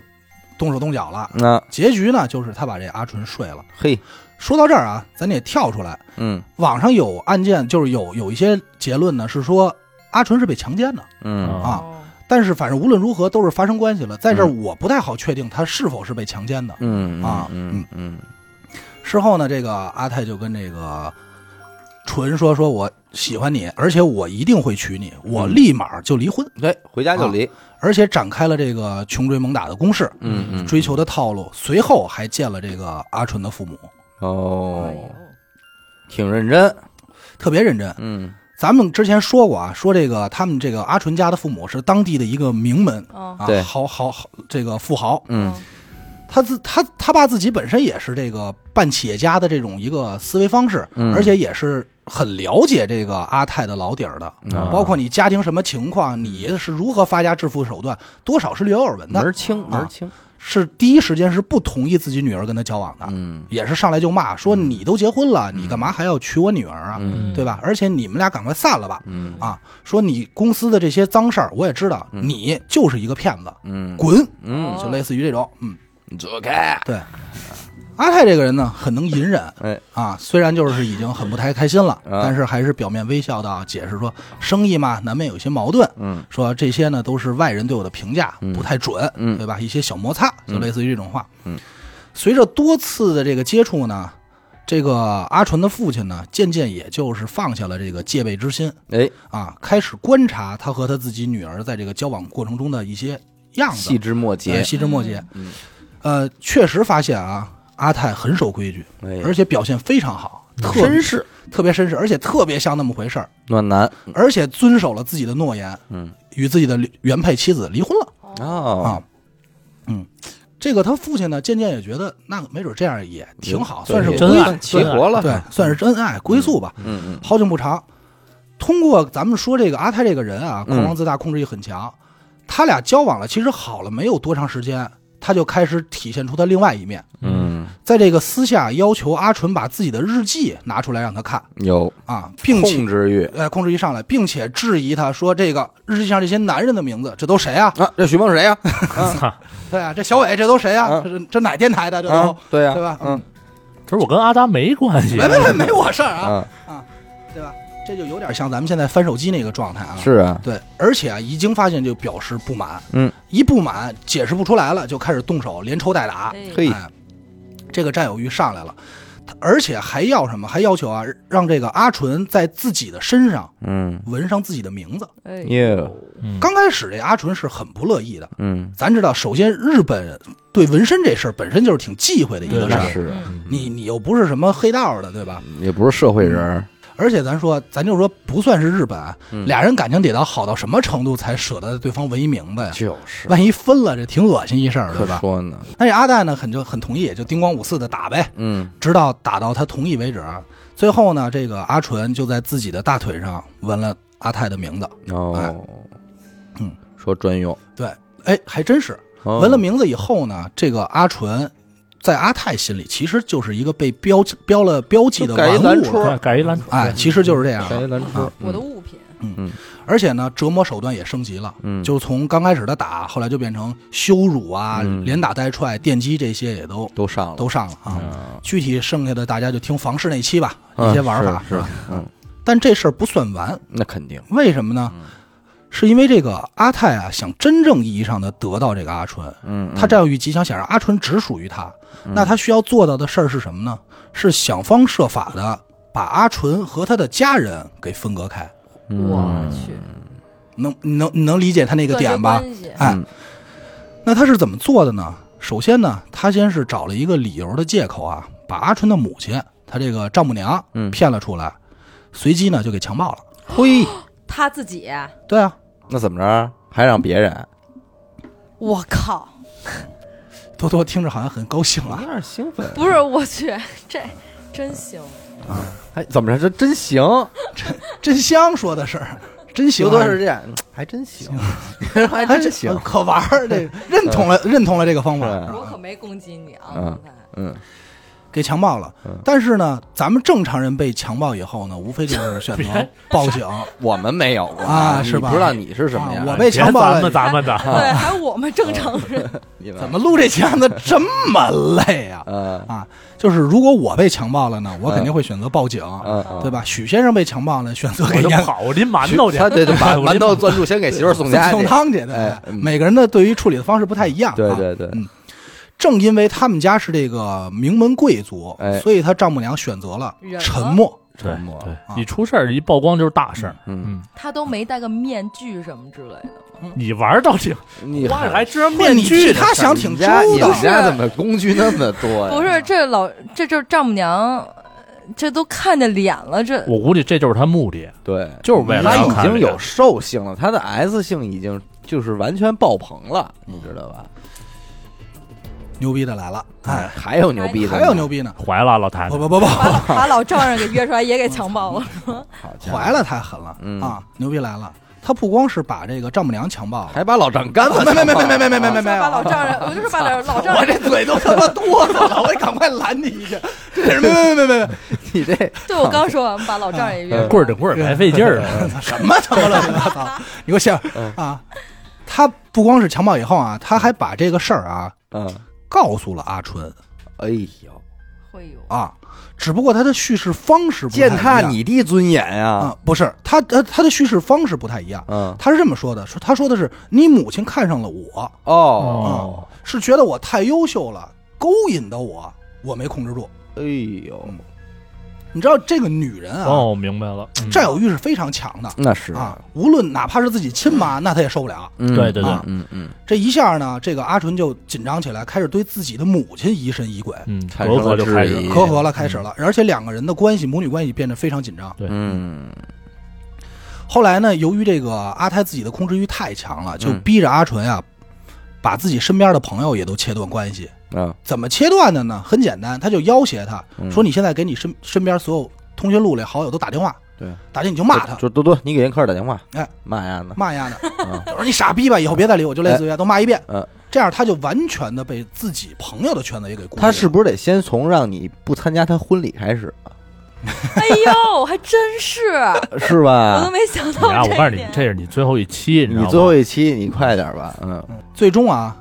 动手动脚了。
那
结局呢，就是他把这阿纯睡了。
嘿，
说到这儿啊，咱得跳出来，
嗯
网上有案件，就是有有一些结论呢，是说阿纯是被强奸的。
嗯
啊
哦，
但是反正无论如何都是发生关系了，在这儿我不太好确定他是否是被强奸的。
嗯
啊
嗯嗯
事后呢，这个阿泰就跟这个纯说：“说我喜欢你，而且我一定会娶你，我立马就离婚。
嗯，对，回家就离，
而且展开了这个穷追猛打的攻势，
嗯嗯，
追求的套路。随后还见了这个阿纯的父母，
哎
哦，
呦
挺认真，
特别认真。
嗯
咱们之前说过啊，说这个他们这个阿纯家的父母是当地的一个名门
哦
啊
对，
豪豪豪这个富豪。
嗯，
他自他他爸自己本身也是这个办企业家的这种一个思维方式，
嗯
而且也是很了解这个阿泰的老底儿的，
啊嗯
包括你家庭什么情况，你是如何发家致富手段，多少是略有耳闻
门
的
儿，清门儿清，
是第一时间是不同意自己女儿跟他交往的，
嗯
也是上来就骂说你都结婚了，你干嘛还要娶我女儿啊，
嗯
对吧？而且你们俩赶快散了吧，
嗯
啊，说你公司的这些脏事儿我也知道，
嗯
你就是一个骗子，
嗯
滚，
嗯，
哦
就类似于这种，嗯。
你走开，
对，阿泰这个人呢，很能隐忍，
哎
啊，虽然就是已经很不太开心了，
啊
但是还是表面微笑的啊，解释说生意嘛，难免有一些矛盾，
嗯
说这些呢都是外人对我的评价
嗯
不太准，
嗯
对吧？一些小摩擦，就类似于这种话。
嗯，
随着多次的这个接触呢，这个阿纯的父亲呢，渐渐也就是放下了这个戒备之心
哎，
啊，开始观察他和他自己女儿在这个交往过程中的一些样子
细，枝末
哎
节，
细枝末节。
嗯
呃，确实发现啊，阿泰很守规矩，而
哎，
且表现非常好，特别
绅士
特别绅士，而且特别像那么回事儿，
暖男，
而且遵守了自己的诺言，
嗯，
与自己的原配妻子离婚了。
哦，
啊，嗯，这个他父亲呢，渐渐也觉得那没准这样也挺好，
对
算是
对
真
归
爱
宿
齐活了，
对，算是真爱归宿吧。
嗯嗯，
好景不长，通过咱们说这个阿泰这个人啊，
嗯
狂妄自大，控制欲很强，他俩交往了，其实好了没有多长时间，他就开始体现出他另外一面，
嗯，
在这个私下要求阿纯把自己的日记拿出来让他看
有
啊，并且
控制欲
呃控制欲上来，并且质疑他说这个日记上这些男人的名字，这都谁啊？
啊，这许梦是谁呀？
操
对啊，这小伟这都谁啊？
啊
这这哪电台的？这都、
啊，对呀，
对吧
嗯
可是我跟阿达没关系
没，没没没我事儿啊，
啊，
对吧？这就有点像咱们现在翻手机那个状态啊。
是啊，
对，而且啊，一经发现就表示不满，
嗯，
一不满解释不出来了，就开始动手，连抽带打，
哎
嘿，
哎，这个占有欲上来了，他而且还要什么？还要求啊，让这个阿纯在自己的身上
嗯
纹上自己的名字。
哎，
，you，
嗯
刚开始这阿纯是很不乐意的，
嗯，
咱知道，首先日本对纹身这事儿本身就是挺忌讳的一
对
个事
那
儿，
是嗯啊
嗯
你你又不是什么黑道的，对吧？
也不是社会人儿，
而且咱说，咱就说不算是日本啊，
嗯
俩人感情得到好到什么程度才舍得对方纹一名字呀？
嗯就是
万一分了，这挺恶心一事儿，对
可
吧？
说呢，
但是阿蛋呢，很就很同意，也就叮咣五四的打呗，
嗯，
直到打到他同意为止。最后呢，这个阿纯就在自己的大腿上纹了阿泰的名字。
哦，
嗯，
说专用，
对，哎，还真是
哦
纹了名字以后呢，这个阿纯在阿泰心里其实就是一个被标标了标记的
就改一
玩
蓝
物
戳
了，
改改一篮球，
嗯
哎，其实就是这样。
谁蓝车
啊，
我的
嗯
物品，
而且呢，折磨手段也升级了。
嗯，
就从刚开始的打，后来就变成羞辱啊、
嗯
连打带踹、电击这些也都
都上了，
都上了啊。
啊
具体剩下的大家就听房事那期吧，一些玩法、
嗯是，是
吧？
嗯，
但这事儿不算完，
那肯定，
为什么呢？
嗯
是因为这个阿泰啊，想真正意义上的得到这个阿春，
嗯，
他占有欲极强，想让阿春只属于他。那他需要做到的事儿是什么呢？是想方设法的把阿纯和他的家人给分隔开。
嗯
我去，
能你能你能理解他那
这
个点吧？
关系
哎
嗯，
那他是怎么做的呢？首先呢，他先是找了一个理由的借口啊，把阿春的母亲，他这个丈母娘
嗯哦
骗了出来，随即呢就给强暴了。
嘿，
他自己，
对啊，
那怎么着还让别人？
我靠，
多多听着好像很高兴
(laughs)
啊。
点兴奋
不是我去，这真行，
还哎怎么着？这真行，
真香说的是，真行
刘
啊，
多是这样，嗯还真行， (laughs) 还
哎
真
这
行，
可玩儿，这
(laughs)
个认同了，认同了这个方法，
嗯
我可没攻击你啊，
嗯
刚才
嗯，
给强暴了
嗯。
但是呢，咱们正常人被强暴以后呢，无非就是选择报警。
我们没有过
啊
你
是吧
不知道你是什么
啊
样，
我被
别
强暴了
咱们咱们的，
(laughs) 对，还有我们正常人，
你们
怎么录这期案子这么累啊？
呃
啊，就是如果我被强暴了呢，我肯定会选择报警，
嗯嗯
对吧？许先生被强暴了，选择
我
给
就
烟
跑，我拎馒头去，哎
他对对把
(laughs) 我
馒
拎
头攥住，先给媳妇儿送家
送
去。
汤去，对不对、
哎嗯
每个人的对于处理的方式不太一样、
(laughs)
啊，
对对对，
嗯正因为他们家是这个名门贵族，
哎
所以他丈母娘选择了
忍了
沉默。
对
沉默
对
啊，
你出事儿一曝光就是大事儿。
嗯，
嗯，
他都没戴个面具什么之类的，
你玩儿到底，
嗯你
花
还
还知道
面
面具
具
呢
他想
你
挺
们
周
家你
到
们，家怎么工具那么多哎呀？
不是这老这就是丈母娘，呃这都看见脸了，这
我估计这就是他目的，
对，
就是为了
他
让
已
看
经
这
有
个
兽性了，他的 S 性已经就是完全爆棚了，你知道吧？
牛逼的来了，哎，
还有牛嗯逼的呢，哎
还有牛逼呢，
怀了老谭
不，不不不，
把老把老丈人给约出来，也给强暴了，
好家伙
怀了太狠了、
嗯
啊，牛逼来了。他不光是把这个丈母娘强暴了，
还把老丈杆子
哦没没没
抢
没
了
没没没没没没
说把
有。啊
老丈人，我就是把老老丈
我
人，
这嘴都他妈哆嗦了，我得赶快拦你一下。这是没没没没没
你这
对我刚说完，我们把老丈人也约出来，
棍儿顶棍儿白费劲儿了。
没， (laughs) 什么他妈乱七
(laughs)
八糟！你给我笑
嗯
啊！他不光是强暴以后啊，他还把这个事儿啊
嗯，
告诉了阿春。
哎呦，
会有
啊，只不过它的叙事方式不太一
践
样
踏你的尊严啊！
啊，不是它它它的叙事方式不太一样。
嗯，
他是这么说的，说他说的是你母亲看上了我，
哦，
哦，
是觉得我太优秀了，勾引的我，我没控制住。
哎呦，
你知道这个女人啊，
哦，明白了，嗯
占有欲是非常强的
那是
啊，无论哪怕是自己亲妈，那她也受不了。
嗯
对对
对
啊嗯嗯，
这一下呢，这个阿纯就紧张起来，开始对自己的母亲疑神疑鬼，
嗯，
产生
隔
了
阂就开
质
始
疑
了，
隔阂了，开始了，而且两个人的关系，母女关系变得非常紧张。
对，
嗯
后来呢，由于这个阿泰自己的控制欲太强了，就
嗯
逼着阿纯啊，把自己身边的朋友也都切断关系。
啊，
怎么切断的呢？很简单，他就要挟他
嗯
说：“你现在给你身身边所有通讯录里好友都打电话，
对，
打电你就骂他，
就多多，你给人科尔打电话，
哎，
骂呀呢，
骂丫的，
啊，
我说你傻逼吧，以后别再理我，就类似于都骂一遍。
嗯
这样他就完全的被自己朋友的圈子也给孤立了。
他是不是得先从让你不参加他婚礼开
(laughs)
始，
哎呦，还真是，
是
我都
吧？
没想
你啊，
到
我告诉
一
你
(laughs) 点，。
这是你最后一期，你知道
你
吗
最后一期你快点吧，嗯
最终啊，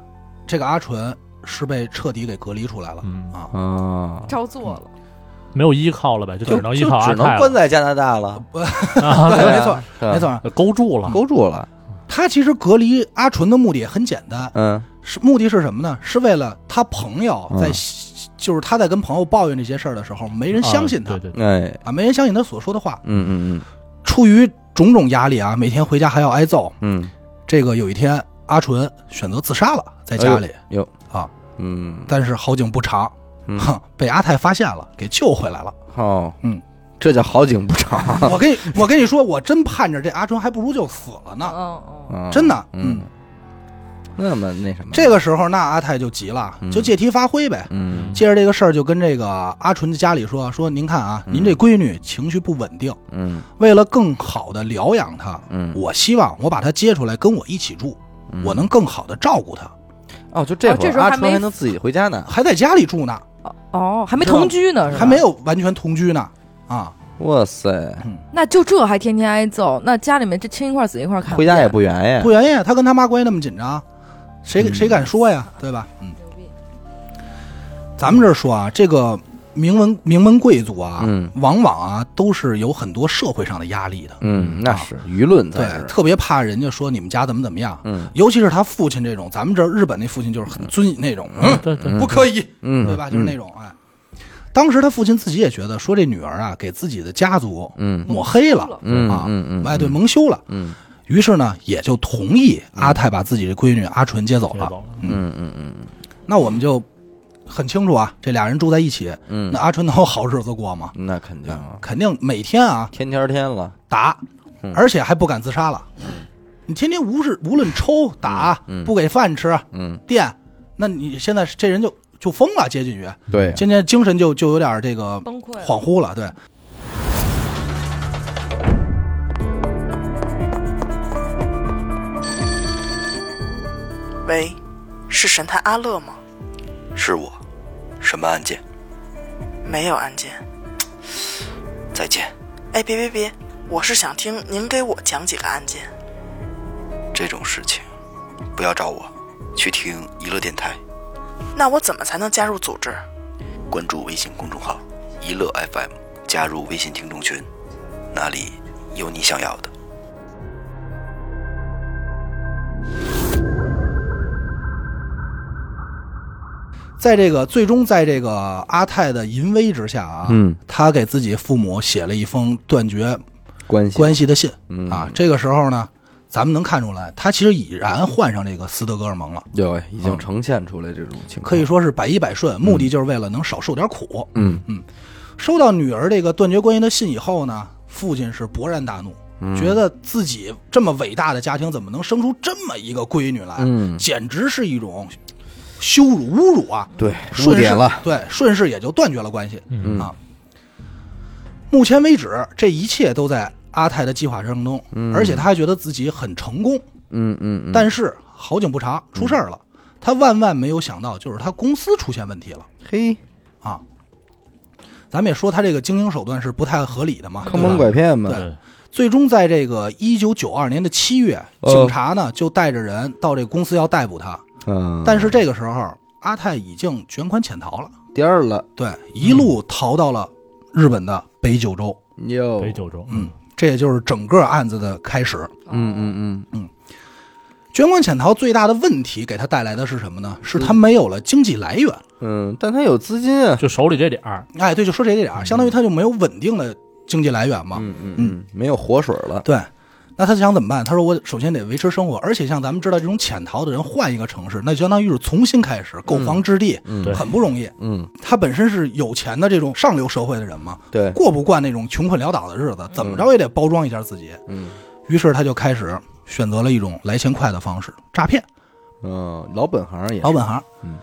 这个阿纯是被彻底给隔离出来了、
嗯
啊，
啊，
照做了，
没有依靠了呗，就
就
只能依靠
就
啊
阿
只能
泰
关
了，
在加拿大了，
啊
对
对啊
没错，
是吧
没，错。
呃勾住了，
勾住了，
他其实隔离阿纯的目的也很简单，
嗯
是目的是什么呢？是为了他朋友在、
嗯
就是他在跟朋友抱怨这些事儿的时候，没人相信他
啊对对对，
哎，
啊，没人相信他所说的话。
嗯嗯
出于种种压力啊，每天回家还要挨揍。
嗯
这个有一天，阿纯选择自杀了，在家里。
有
啊，
嗯
但是好景不长，
嗯
哼，被阿泰发现了，给救回来了。
哦，
嗯，
这叫好景不长，
我跟你我跟你说，我真盼着这阿纯还不如就死了呢。
嗯嗯，
嗯
真的
嗯
嗯，
那么那什么，
这个时候，那阿泰就急了，
嗯
就借题发挥呗。
嗯
借着这个事儿，就跟这个阿纯的家里说说，您看啊，
嗯
您这闺女情绪不稳定，
嗯
为了更好的疗养她，
嗯，
我希望我把她接出来跟我一起住，
嗯
我能更好的照顾她，
哦，就这
哦
会
这时
儿
候
阿
还
纯
没
还能自己回家呢，
还在家里住呢。
哦，还没同居
啊
呢，是吧
还没，有完全同居呢啊！
哇塞，
那就这还天天挨揍，那家里面这亲一块儿死一块儿看，
回家也不远呀，
不原因，他跟他妈关系那么紧张，谁谁敢说呀？对吧？嗯，
牛逼，
咱们这儿说啊，这个名门名门贵族啊，
嗯
往往啊都是有很多社会上的压力的，
嗯，那
啊
是舆论才
对，
是，
特别怕人家说你们家怎么怎么样，
嗯
尤其是他父亲这种，咱们这儿日本那父亲就是很遵义那种，嗯，
对对，
不可以，
嗯，
对吧？就是那种哎。当时他父亲自己也觉得，说这女儿啊，给自己的家族
嗯
抹黑了，
嗯
啊，
嗯嗯
哎，对，蒙羞了，
嗯
于是呢，也就同意阿泰把自己的闺女阿纯接走
接
了。
走了
嗯嗯嗯
那我们就很清楚啊，这俩人住在一起，
嗯
那，阿纯能有好日子过吗？
那肯定啊，
肯定每天啊
天天天了，
打
嗯，
而且还不敢自杀了。你天天无是无论抽打，
嗯嗯
不给饭吃，
嗯，
电，那你现在这人就就疯了，接近于
对，
今天精神就就有点这个
崩溃了，
恍惚了，对。
喂，是神探阿乐吗？
是我，什么案件？
没有案件。
再见，
哎，别别别，我是想听您给我讲几个案件。
这种事情不要找我，去听娱乐电台，
那我怎么才能加入组织？
关注微信公众号“娱乐 FM”，加入微信听众群，那里有你想要的。
在这个最终，在这个阿泰的淫威之下啊，
嗯，
他给自己父母写了一封断绝
关系
关系的信、
嗯
啊。这个时候呢，咱们能看出来，他其实已然患上这个斯德哥尔蒙了，
有哎已经呈现出来这种情况，
可以，说是百依百顺，目的就是为了能少受点苦。
嗯
收到女儿这个断绝关系的信以后呢，父亲是勃然大怒，
嗯
觉得自己这么伟大的家庭怎么能生出这么一个闺女来，
嗯
简直是一种羞辱侮辱啊！
对，
顺
误
势
点了，
对，顺势也就断绝了关系。
嗯
啊，目前为止，这一切都在阿泰的计划当中，而且他还觉得自己很成功。
嗯嗯嗯，
但是好景不长，出事儿了。他万万没有想到，就是他公司出现问题了
嘿，
啊！咱们也说他这个经营手段是不太合理的嘛，
坑
对吧
蒙拐骗嘛，
对，
最终在这个一九九二年的七月，
呃
警察呢就带着人到这个公司要逮捕他，
嗯，
但是这个时候阿泰已经卷款潜逃了，
第二了，
对，一路逃到了日本的北九州。
哟，
北九州，
嗯，这也就是整个案子的开始。
嗯嗯嗯，
卷款潜逃最大的问题给他带来的是什么呢？是他没有了经济来源。
嗯，但他有资金啊，
就手里这点儿，
嗯
哎，对，就说这一点儿，相当于他就没有稳定的经济来源嘛。
嗯嗯嗯，没有活水了，
对，那他想怎么办？他说我首先得维持生活，而且像咱们知道这种潜逃的人换一个城市，那相当于是重新开始，购房置地，
嗯
对
很不容易。
嗯，
他本身是有钱的这种上流社会的人嘛，
对，
过不惯那种穷困潦倒的日子，怎么着也得包装一下自己。
嗯
于是他就开始选择了一种来钱快的方式——诈骗，
嗯，老本行也，
老本行。
嗯，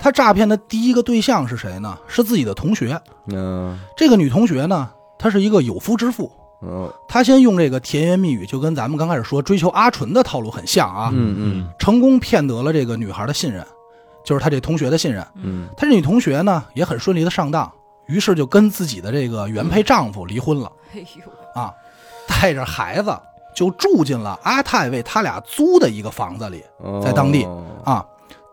他诈骗的第一个对象是谁呢？是自己的同学。
嗯
这个女同学呢，她是一个有夫之妇。
嗯
她先用这个甜言蜜语，就跟咱们刚开始说追求阿纯的套路很像啊，
嗯
成功骗得了这个女孩的信任，就是他这同学的信任。
嗯
他这女同学呢，也很顺利的上当，于是就跟自己的这个原配丈夫离婚了
哎呦，
啊，带着孩子就住进了阿泰为他俩租的一个房子里
嗯，
在当地啊。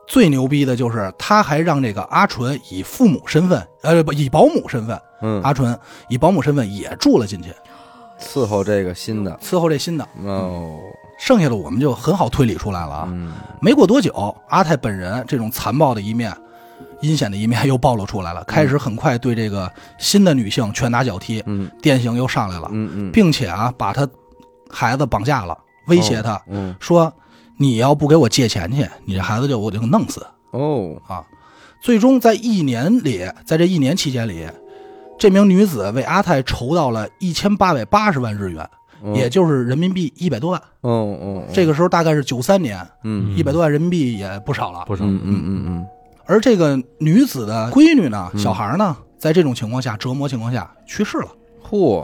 最牛逼的就是，他还让这个阿纯以父母身份，呃，不以保姆身份，
嗯，
阿纯以保姆身份也住了进去，
伺候这个新的，
伺候这新的。
哦，
剩下的我们就很好推理出来了啊。
嗯
没过多久，阿泰本人这种残暴的一面、阴险的一面又暴露出来了，开始很快对这个新的女性拳打脚踢，
嗯
电刑又上来了，
嗯嗯，
并且啊，把他孩子绑架了，威胁他、
嗯
说：“你要不给我借钱去，你这孩子就我就给弄死
哦，
啊！”最终在一年里，在这一年期间里，这名女子为阿泰筹到了一千八百八十万日元，也就是人民币一百多万。
嗯哦哦，
这个时候大概是九三年，
嗯
一百多万人民币也不少了。
不是，
嗯嗯嗯嗯，
而这个女子的闺女呢，小孩呢，在这种情况下折磨情况下去世了。
嚯，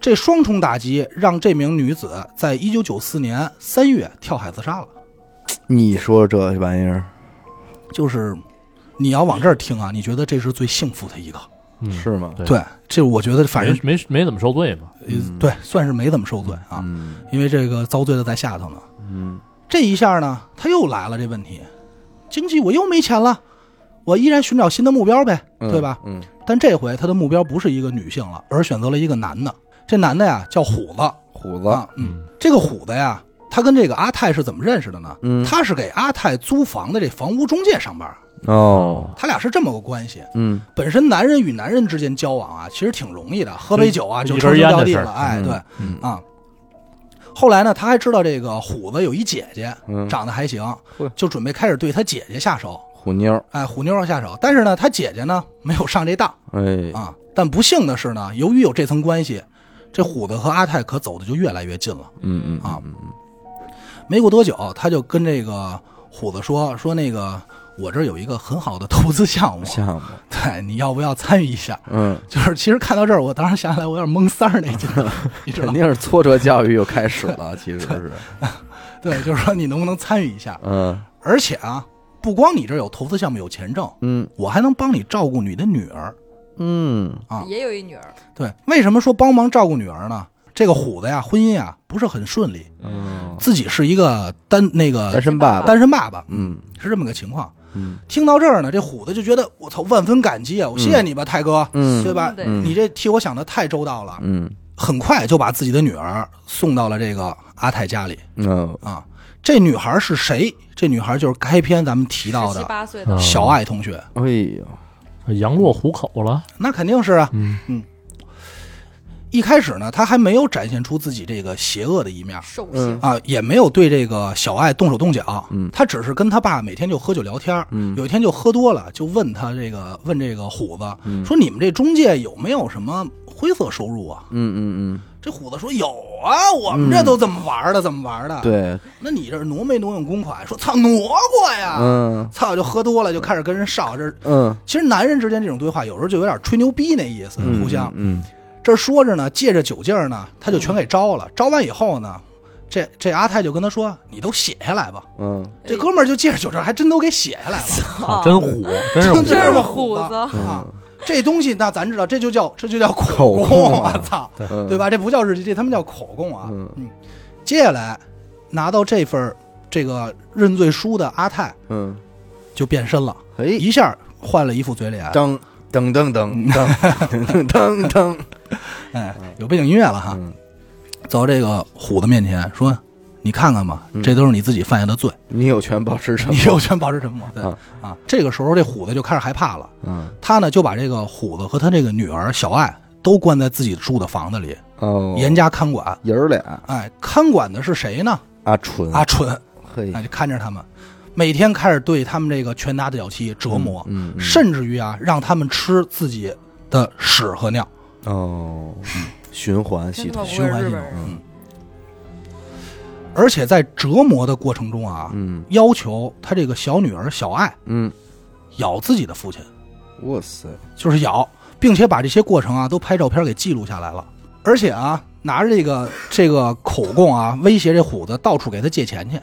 这双重打击让这名女子在一九九四年三月跳海自杀了。
你说这玩意儿
就是你要往这儿听啊，你觉得这是最幸福的一个？
嗯，
是吗？
对
对，这我觉得反正
没没没怎么受罪嘛，
呃对，算是没怎么受罪啊，
嗯
因为这个遭罪的在下头呢。
嗯
这一下呢，他又来了这问题，经济我又没钱了，我依然寻找新的目标呗，
嗯，
对吧？？
嗯
但这回他的目标不是一个女性了，而选择了一个男的。这男的呀叫虎子
虎
啊
子，，
嗯，这个虎子呀，他跟这个阿泰是怎么认识的呢？
嗯
他是给阿泰租房的这房屋中介上班，
哦，
他俩是这么个关系。
嗯
本身男人与男人之间交往啊，其实挺容易的，喝杯酒啊就
就一
称兄
根烟的
道弟
事儿
了，哎，
嗯
对
嗯
啊。后来呢，他还知道这个虎子有一姐姐，
嗯，
长得还行
嚯，
就准备开始对他姐姐下手，
虎妞，
哎，虎妞儿下手。但是呢，他姐姐呢没有上这当，
哎，
啊。但不幸的是呢，由于有这层关系，这虎子和阿泰可走的就越来越近了。
嗯嗯
啊，没过多久，他就跟这个虎子说：“说那个我这儿有一个很好的投资项目，
项目，
对，你要不要参与一下
嗯？”，
就是其实看到这儿，我当时想起来我有点蒙三儿那劲
(laughs)
儿，你知
肯
道吗？
定是挫折教育又开始了，其实是，
对，就是说你能不能参与一下？
(laughs) 嗯
而且啊，不光你这儿有投资项目有钱挣，
嗯
我还能帮你照顾你的女儿。
嗯
啊
也有一女儿，
对，为什么说帮忙照顾女儿呢？这个虎子呀，婚姻呀不是很顺利，
嗯，
自己是一个单那个
单身爸爸，
单身爸爸
嗯
是这么个情况。
嗯
听到这儿呢，这虎子就觉得我操，万分感激啊！我谢谢你吧，泰哥，
嗯
对吧？
对
嗯
你这替我想的太周到了。
嗯，
很快就把自己的女儿送到了这个阿泰家里
哦，
啊。这女孩是谁？这女孩就是开篇咱们提到
十七
的
八岁的
嗯，
小爱同学，
哎呦，
羊落嗯虎口了，
那肯定是啊。
嗯
一开始呢，她还没有展现出自己这个邪恶的一面
兽性，
啊，也没有对这个小爱动手动脚，
嗯
他只是跟他爸每天就喝酒聊天儿，
嗯
有一天就喝多了，就问他这个问这个虎子、
嗯
说：“你们这中介有没有什么灰色收入啊
嗯嗯？”
这虎子说：“有啊，我们这都怎么玩的，怎么玩的。
嗯，，对，
那你这儿挪没挪用公款？说操挪过呀，
嗯
操、就喝多了就开始跟人少这。
嗯，
其实男人之间这种对话，有时候就有点吹牛逼那意思，
嗯
互相。
嗯
这说着呢，借着酒劲儿呢，他就全给招了。招完以后呢，这这阿泰就跟他说：“你都写下来吧。
嗯”
这哥们儿就借着酒劲儿，还真都给写下来了。
啊真虎，
(laughs)
真是
真是
虎，
个
虎
子
子
啊！这东西，那咱知道，这就叫这就叫
嗯口
口
供啊
我操，
嗯，
对？吧？这不叫日记，这他妈叫口供啊！
嗯
嗯，接下来拿到这份儿这个认罪书的阿泰
嗯，
就变身了，
嘿，
一下换了一副嘴脸，
噔噔噔噔噔噔噔，
哎，有背景音乐了哈。
嗯
走到这个虎子面前说：“你看看吧，
嗯
这都是你自己犯下的罪，
(laughs) 你有权保持沉默。
你有权保持沉默。对”
啊
啊，这个时候这虎子就开始害怕了，
嗯
他呢就把这个虎子和他这个女儿小爱都关在自己住的房子里，
哦，
严加看管。
爷儿俩
哎，看管的是谁呢？
阿纯
阿纯，
嘿
哎，就看着他们，每天开始对他们这个拳打脚踢折磨，
嗯嗯
甚至于啊让他们吃自己的屎和尿。
哦，循环系
真
统
他妈，不
循
会
环
日
系
本
统
人，
而且在折磨的过程中啊，
嗯
要求他这个小女儿小爱
嗯，
咬自己的父亲，
哇塞，
就是咬，并且把这些过程啊都拍照片给记录下来了。而且啊，拿着这个这个口供啊，威胁这虎子到处给他借钱去，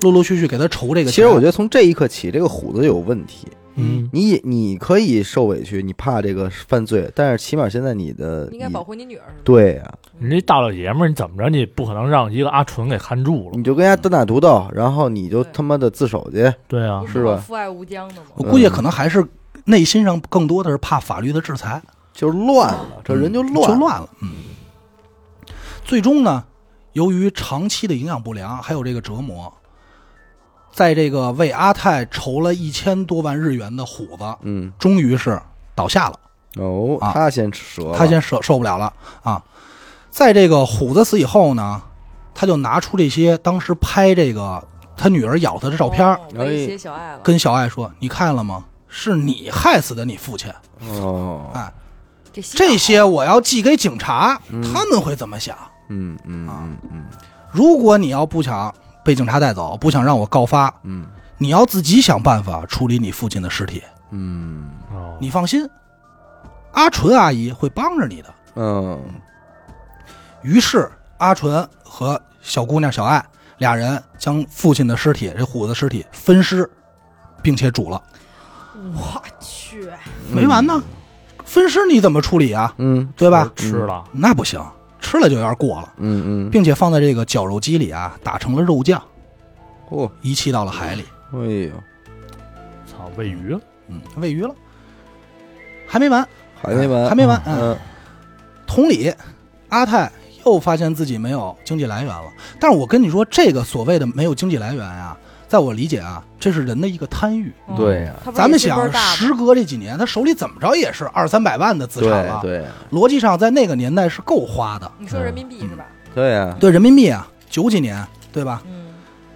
陆陆续续给他筹这个钱。
其实我觉得从这一刻起，这个虎子有问题。
嗯，
你你可以受委屈，你怕这个犯罪，但是起码现在你的
应该
你
保护你女儿。
对啊呀、
你这大老爷们儿，你怎么着？你不可能让一个阿纯给看住了。
你就跟人家单打独斗，然后你就
对
他妈的自首去。
对啊
不，
是吧
说父爱无疆的吗？
我估计可能还是内心上更多的是怕法律的制裁，
就乱了，这人就乱，
就，乱了。嗯，最终呢，由于长期的营养不良，还有这个折磨，在这个为阿泰筹了一千多万日元的虎子，
嗯，
终于是倒下了，
哦，
啊
他先折了，
他先受受不了了啊！在这个虎子死以后呢，他就拿出这些当时拍这个他女儿咬他的照片儿，哎
哦威胁小爱了，
跟小爱说：“你看了吗？是你害死的你父亲。”
哦，
哎，
这这
这些我要寄给警察，他们会怎么想？
嗯嗯嗯嗯
如果你要不想被警察带走，不想让我告发，
嗯
你要自己想办法处理你父亲的尸体。
嗯
哦
你放心，阿纯啊阿姨会帮着你的。
嗯，
于是，阿纯和小姑娘小爱俩人将父亲的尸体，这虎子尸体分尸，并且煮了。
我去，
没完呢，分尸你怎么处理啊？
嗯
对吧？
吃了，
那不行，吃了就有点过了，
嗯嗯，
并且放在这个绞肉机里啊，打成了肉酱，
哦，
遗弃到了海里。
哎呦，
操，喂鱼了。
嗯，喂鱼了。还没完，
还没完，
还没完。嗯，
嗯，
同理，阿泰又发现自己没有经济来源了。但是我跟你说，这个所谓的没有经济来源啊，在我理解啊，这是人的一个贪欲。
哦
对呀
他不
嗯
是
咱们
也心
想
肝儿，大吗
时隔这几年，他手里怎么着也是二三百万的资产
对
了，
对
逻辑上在那个年代是够花的。
你说人民
嗯
币是吧？
对呀，
对人民币啊，九几年，对吧？
嗯，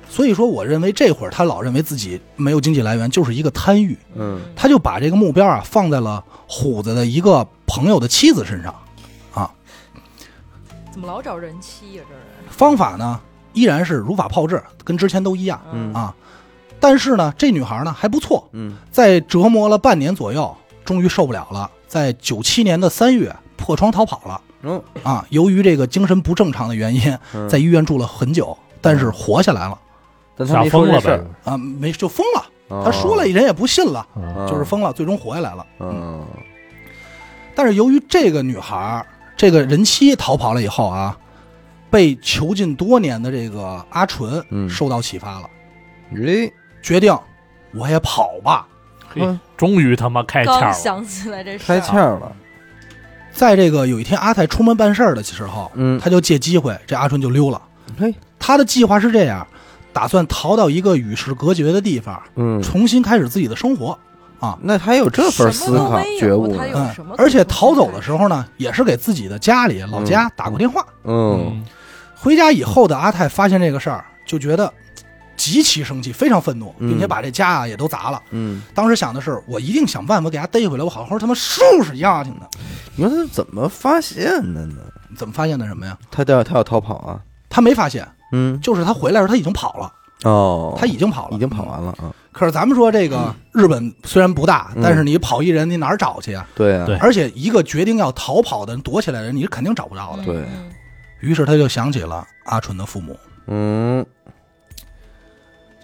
所以说，我认为这会儿他老认为自己没有经济来源，就是一个贪欲。
嗯
他就把这个目标啊放在了虎子的一个朋友的妻子身上。
怎么老找人妻呀？这人，
方法呢依然是如法炮制，跟之前都一样
嗯
啊。但是呢，这女孩呢还不错，
嗯
在折磨了半年左右，终于受不了了，在九七年的三月破窗逃跑了
嗯
啊。由于这个精神不正常的原因，
嗯，
在医院住了很久，但是活下来了
但他
吓
没说
疯
这
了
事
呗
儿，？
啊，没就疯了。
他
他说了，人也不信了，
嗯
就是疯了，最终活下来了。
嗯
但是由于这个女孩儿，这个人妻逃跑了以后啊，被囚禁多年的这个阿纯
嗯
受到启发了，
咦，
决定我也跑吧。
嘿，终于他妈开窍
刚
了。
想起来这事
开
儿，
窍了，
在这个有一天阿泰出门办事儿的时候，
嗯
他就借机会，这阿纯就溜了。
嘿，
他的计划是这样，打算逃到一个与世隔绝的地方，
嗯，
重新开始自己的生活。
那他有这份
什
思
么都
考
没有
觉悟
他
呢，
有
嗯
什么，可
而且
重新
逃走
开
的
始
时候呢，也是给自己的家里老家打过电话。
嗯，
回家以后的阿泰发现这个事儿，就觉得嘖极其生气，非常愤怒，
嗯
并且把这家啊也都砸了。
嗯，
当时想的是，我一定想办法给他逮回来，我好好他妈收拾丫挺的。
你说他是怎么发现的呢？
怎么发现的什么呀？
他要他要逃跑啊？
他没发现，
嗯，
就是他回来的时候他已经跑了，
哦，
他已经跑了，
已经跑。完了啊？
可是咱们说这个日本虽然不大，
嗯
但是你跑一人，你哪儿找去啊？
对啊，
对
而且一个决定要逃跑的人，躲起来的人，你是肯定找不着的。
对
嗯
于是他就想起了阿纯的父母。
嗯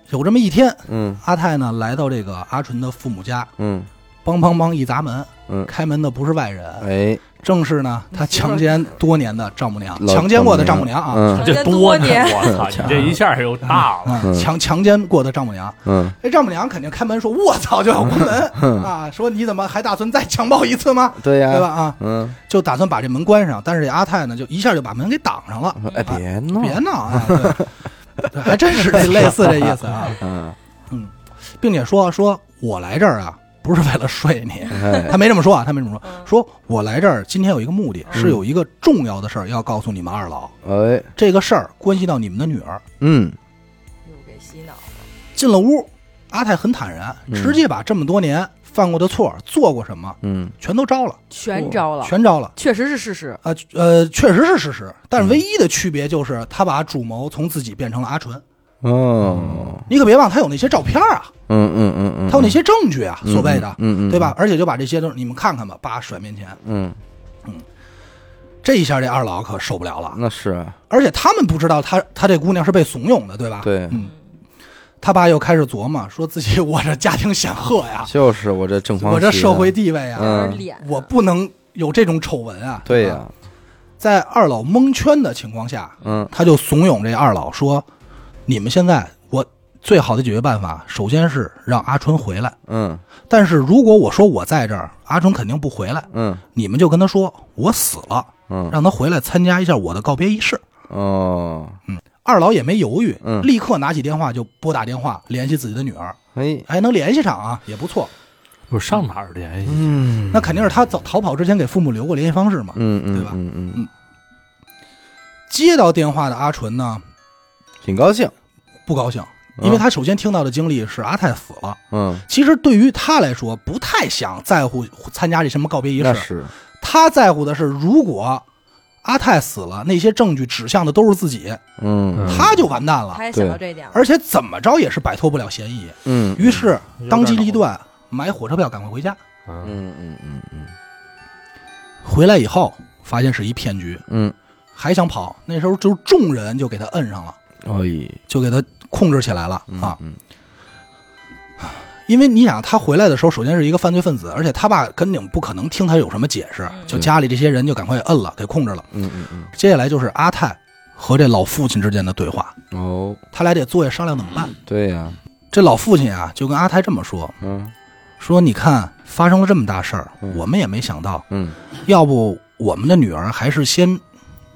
有这么一天，
嗯
阿泰呢来到这个阿纯的父母家，
嗯
梆梆梆一砸门，
嗯
开门的不是外人，
哎，
正是呢他强奸多年的丈母娘，
老
强奸过的
丈
丈
母
母娘啊，
嗯
这
多
呢！
年
我操， (laughs) 你这一下又大 (laughs) 了。
嗯，强强奸过的丈母娘。
嗯
这丈母娘肯定开门说：“我操，就要关门啊！说你怎么还打算再强暴一次吗？
对呀，
对吧？？啊，
嗯嗯，
就打算把这门关上。但是这阿泰呢，就一下就把门给挡上了。
哎，别闹，
别闹
(laughs)
啊！对对还真是这类似这意思啊，
嗯，
并且说说我来这儿啊，不是为了睡你。
哎，
他没这么说啊，他没这么说。
嗯
说我来这儿今天有一个目的，
嗯
是有一个重要的事儿要告诉你们二老。
哎，
这个事儿关系到你们的女儿。
嗯，
又给洗脑了，
进了屋，阿泰很坦然，
嗯
直接把这么多年犯过的错、做过什么，
嗯，
全都招了，
全招了，
全招了。
确实是事实。
啊，呃，确实是事实，
嗯
但唯一的区别就是他把主谋从自己变成了阿纯。
哦，
你可别忘，他有那些照片啊，
嗯嗯嗯嗯，
他有那些证据啊，所谓的，
嗯嗯，嗯
对吧？？而且就把这些都你们看看吧，叭甩面前，
嗯，
这一下这二老可受不了了。
那是啊
而且他们不知道他他这姑娘是被怂恿的，对吧？
对，
他爸又开始琢磨，说自己我这家庭显赫呀，
就是我这正方，啊
我这社会，地位啊，
嗯
有点脸啊，
我不能有这种丑闻啊。
对
啊
呀，
在二老蒙圈的情况下，
嗯
他就怂恿这二老说：“你们现在我最好的解决办法，首先是让阿春回来。
嗯
但是如果我说我在这儿，阿春肯定不回来。
嗯
你们就跟他说我死了，
嗯，
让他回来参加一下我的告别仪式。
哦，
二老也没犹豫，
嗯
立刻拿起电话就拨打电话联系自己的女儿，
哎，
哎，能联系上啊，也不错。
我上哪儿联系？
嗯，
那肯定是他走逃跑之前给父母留过联系方式嘛。
嗯嗯
对吧
嗯嗯，
接到电话的阿纯呢
挺高兴，
不高兴，
嗯
因为他首先听到的经历是阿泰死了。
嗯，
其实对于他来说，不太想在乎参加这什么告别仪
那
式，
是，
他在乎的是，如果阿泰死了，那些证据指向的都是自己，
嗯
他就完蛋了
他，也想到这一点了，
而且怎么着也是摆脱不了嫌疑。
嗯
于是
嗯
当机立断，买火车票赶快回家。
嗯嗯嗯嗯
回来以后，发现是一骗局，
嗯，
还想跑。那时候就是众人就给他摁上了，
哎，
就给他控制起来了啊。
嗯
因为你想，他回来的时候，首先是一个犯罪分子，而且他爸肯定不可能听他有什么解释，就家里这些人就赶快摁了，给控制了。
嗯嗯
接下来就是阿泰和这老父亲之间的对话，
嗯，哦，
他俩得坐下商量怎么办。
对呀，
这老父亲啊，就跟阿泰这么说：
嗯
说你看，发生了这么大事儿，
嗯
我们也没想到，
嗯，
要不我们的女儿还是先